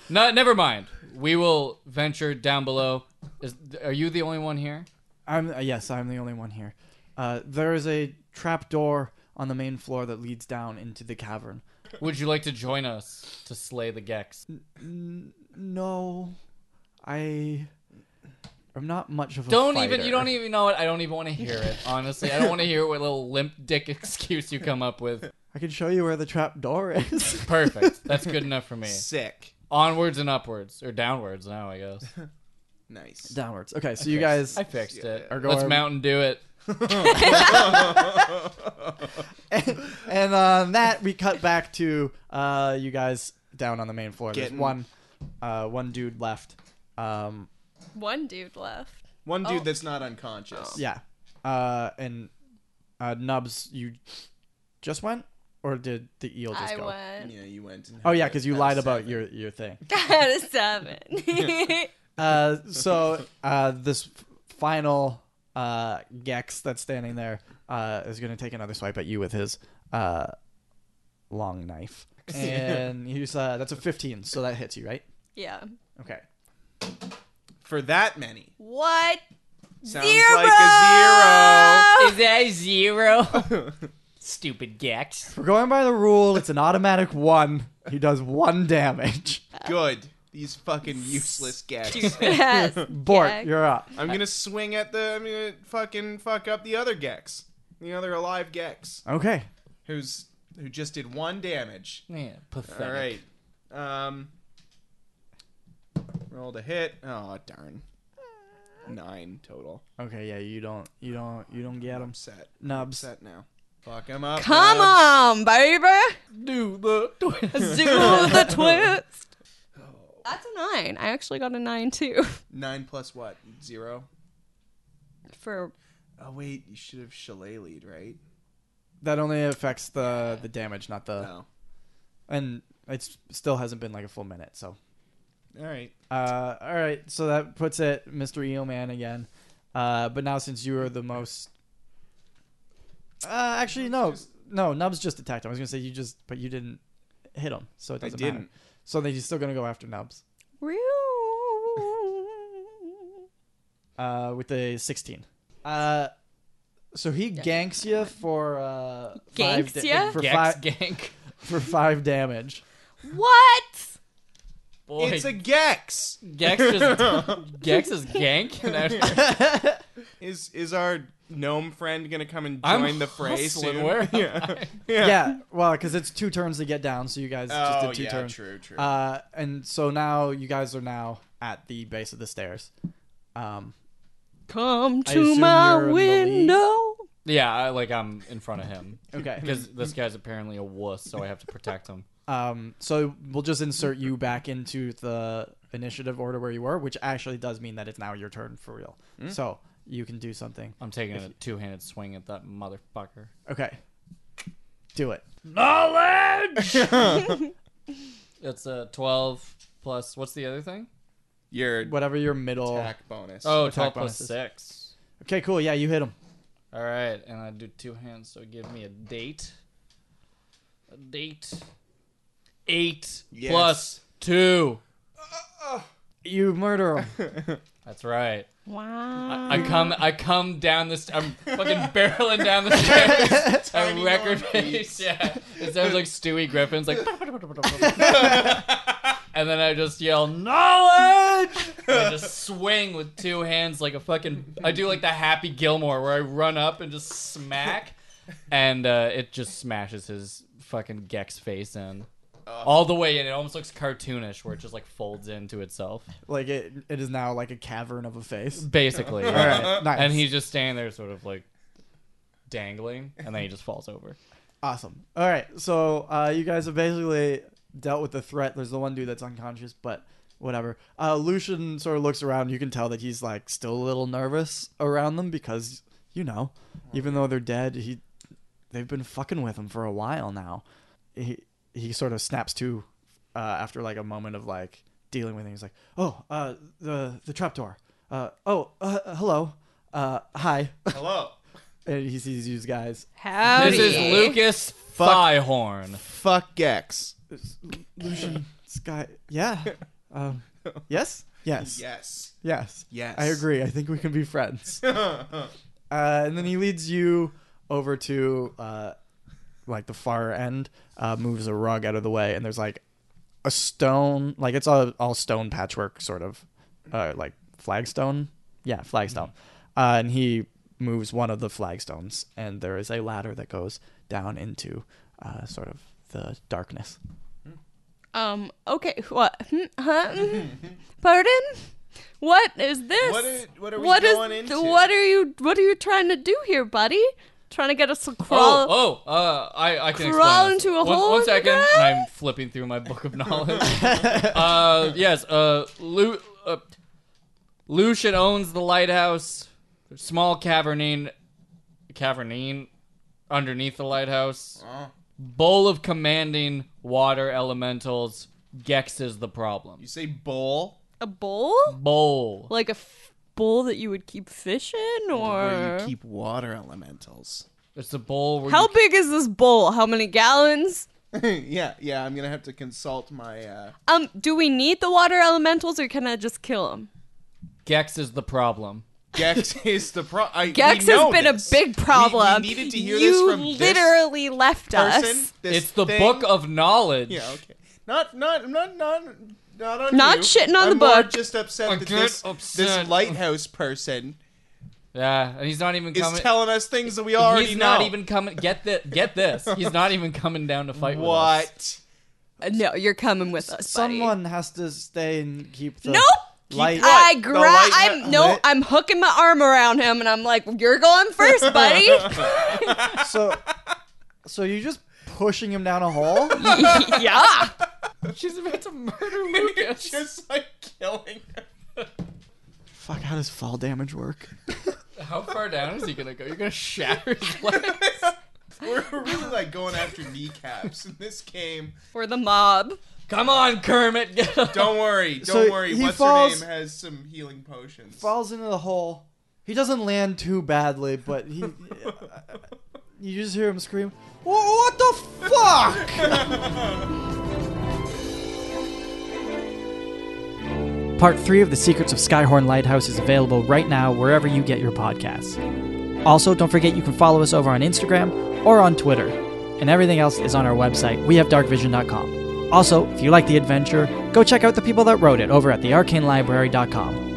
C: no, never mind. We will venture down below. Is, are you the only one here?
A: I'm uh, yes, I'm the only one here. Uh, there is a trap door on the main floor that leads down into the cavern.
C: Would you like to join us to slay the Gex?
A: No, I am not much of a
C: Don't even. You
A: fighter.
C: don't e- even know it. I don't even want to hear it. Honestly, I don't want to hear what little limp dick excuse you come up with.
A: I can show you where the trap door is.
C: Perfect. That's good enough for me.
D: Sick.
C: Onwards and upwards, or downwards now, I guess.
D: Nice.
A: Downwards. Okay, so you guys
C: I fixed it.
A: Or go
C: Let's
A: our-
C: Mountain Dew it.
A: and on that we cut back to uh, you guys down on the main floor. There's
D: Getting-
A: one uh, one dude left. Um,
B: One dude left.
D: One dude
B: Oh.
D: that's not unconscious.
A: yeah, uh, and uh, Nubs, you just went, or did the eel just
B: I
A: go?
B: went.
D: Yeah, you went. and
A: Oh
D: had
A: yeah,
D: a-
A: because you
D: had a
A: lied about
D: seven.
A: your your thing.
B: Got a seven.
A: Uh, so uh, this f- final uh, Gex that's standing there uh, is going to take another swipe at you with his uh, long knife, and he's uh, that's a 15, so that hits you, right?
B: yeah.
A: Okay.
D: for that many.
B: What?
D: Sounds
B: Zero!
D: like
C: Is that zero? Stupid Gex.
A: We're going by the rule. It's an automatic one. He does one damage.
D: a zero. Good. These fucking useless gags.
B: Yes.
A: Bort,
B: Gex.
A: you're up.
D: I'm gonna swing at the. I'm gonna fucking fuck up the other Gex, the other alive Gex,
A: Okay.
D: who's who just did one damage.
C: Yeah, pathetic.
D: All right, um, rolled a hit. Oh darn, nine total.
A: Okay. Yeah. You don't. You don't. You don't get him.
D: I'm set.
A: Nubs.
D: Set now. Fuck him up.
B: Come
D: Nubs.
B: on, baby.
C: Do the twist. Oh.
B: Do the twist. That's a nine. I actually got a nine too.
D: Nine plus what? Zero.
B: For
D: Oh wait, you should have shillelied, right?
A: That only affects the the damage, not
C: Uh.
A: the.
D: No.
A: And it still hasn't been like a full minute. So.
D: All right.
A: Uh, all right. So that puts it, Mr. Eel Man again. Uh, but now since you are the most. Uh, actually no, no. Nubs just attacked him. I was gonna say you just, but you didn't hit him, so it
D: I
A: doesn't matter.
D: didn't.
A: So then he's still gonna go after Nubs.
B: real.
A: uh, with a 16. Uh, so he ganks you for uh, five
B: Ganks ya?
A: for
C: Gex
A: five
C: gank.
A: for five damage.
B: What?
C: Boy,
D: It's a Gex.
C: Gex just Gex is gank. And I-
D: Is is our gnome friend gonna come and
C: I'm
D: join the fray
C: hustling,
D: soon?
C: where am
D: yeah.
C: I?
D: yeah.
A: Yeah, well, because it's two turns to get down, so you guys just
D: Oh
A: did two
D: yeah,
A: turns.
D: true, true.
A: Uh, and so now you guys are now at the base of the stairs. Um,
B: Come
A: I
B: to
A: assume
B: my
A: you're in the lead.
B: window.
C: yeah, I, like I'm in front of him
A: okay.
C: because this guy's apparently a wuss, so I have to protect him.
A: Um, so we'll just insert you back into the initiative order where you were, which actually does mean that it's now your turn for real.
D: Hmm?
A: So you can do something.
C: I'm taking a two-handed swing at that motherfucker.
A: Okay, do it.
C: Knowledge. Uh. That's a twelve plus. What's the other thing?
D: Your
A: Whatever your middle.
D: attack bonus.
C: Oh,
A: Attack
C: 12 plus
A: bonuses.
C: six.
A: Okay, cool. Yeah, you hit him.
C: All right, and I do two hands, so give me a date. A date. Eight
D: Yes.
C: plus two.
A: You murder him.
C: That's right.
B: Wow.
C: I come. I come down this. I'm fucking barreling down the stairs at record pace. Yeah, it sounds like Stewie Griffin's like. and then I just yell knowledge. And I just swing with two hands like a fucking. I do like the Happy Gilmore where I run up and just smack, and uh, it just smashes his fucking Gex face in. All the way in, it almost looks cartoonish, where it just like folds into itself,
A: Like it, it is now like a cavern of a face.
C: basically.
A: All
C: yeah.
A: right, nice.
C: And he's just standing there, sort of like dangling, and then he just falls over.
A: awesome. All right, so uh, you guys have basically dealt with the threat. There's the one dude that's unconscious, but whatever. Uh, Lucian sort of looks around. You can tell that he's like still a little nervous around them because you know, even though they're dead, he, they've been fucking with him for a while now. He he sort of snaps to uh, after like a moment of like dealing with it. He's like, "Oh, uh, the the trapdoor. Uh, oh, uh, hello, uh, hi."
D: Hello.
A: and he sees you guys.
B: Howdy.
C: This is Lucas Thighorn.
D: Fuck Gex.
A: Lucian Sky. Yeah. Um, yes. Yes.
D: Yes.
A: Yes.
D: Yes.
A: I agree. I think we can be friends.
D: oh
A: Uh, and then he leads you over to uh, like the far end uh, moves a rug out of the way, and there's like a stone, like it's all all stone patchwork sort of, uh, like flagstone. Yeah, flagstone. Uh, and he moves one of the flagstones, and there is a ladder that goes down into uh, sort of the darkness.
B: Um. Okay. What? Hmm, Huh? Hmm? Pardon? What is this?
D: What are- what are we
B: is-
D: going into?
B: What are you? What are you trying to do here, buddy? Trying to get us to crawl?
C: Oh, oh, uh, I, I can
B: Crawl
C: explain this.
B: into a
C: one,
B: hole
C: One
B: in the
C: second,
B: ground?
C: I'm flipping through my book of knowledge. uh, yes, uh, Lu- uh, Lucian owns the lighthouse. Small cavernine, cavernine, underneath the lighthouse. Bowl of commanding water elementals. Gex is the problem.
D: You say bowl?
B: A bowl?
C: Bowl.
B: Like a f- bowl that you would keep fish in, or
D: Where you keep water elementals.
C: It's a bowl where
B: how
C: you,
B: big is this bowl? How many gallons?
D: yeah, yeah, I'm gonna have to consult my uh
B: Um. Do we need the water elementals, or can I just kill them?
C: Gex is the problem.
D: Gex is the pro I,
B: Gex
D: we
B: has
D: know
B: been
D: this.
B: a big problem.
D: We, we needed to hear
B: you
D: this from this
B: literally left
D: person.
B: us.
D: This
C: it's the
D: thing.
C: book of knowledge.
D: Yeah, okay. Not not not not not on
B: Not
D: you.
B: shitting on
D: I'm
B: the
D: more
B: book.
D: just upset
C: I
D: that
C: get
D: this,
C: upset.
D: this lighthouse person
C: Yeah, and he's not even
D: is
C: coming.
D: telling us things that we already
C: he's
D: know.
C: not even coming. Get the get this. He's not even coming down to fight with us.
D: what?
B: Uh, No, you're coming with us. buddy.
A: Someone has to stay and keep the
B: Nope.
A: light.
B: I
D: The
B: gra-
D: light-
B: I'm no,
A: lit?
B: I'm hooking my arm around him, and I'm like, "You're going first, buddy."
A: So, so you're just pushing him down a hole.
B: yeah.
C: She's about to murder
D: It's
C: Lucas.
D: just like killing her.
A: Fuck, how does fall damage work?
C: How far down is he gonna go? You're gonna shatter his legs.
D: We're really like going after kneecaps in this game.
B: For the mob.
C: Come on, Kermit. Get up.
D: Don't worry, don't
A: So
D: worry.
A: he
D: What's
A: falls-
D: her name has some healing potions.
A: Falls into the hole. He doesn't land too badly, but he. you just hear him scream, "Wha- "What the fuck?"
E: Part 3 of The Secrets of Skyhorn Lighthouse is available right now wherever you get your podcasts. Also, don't forget you can follow us over on Instagram or on Twitter. And everything else is on our website, wehavedarkvision.com. Also, if you like the adventure, go check out the people that wrote it over at thearcanelibrary.com.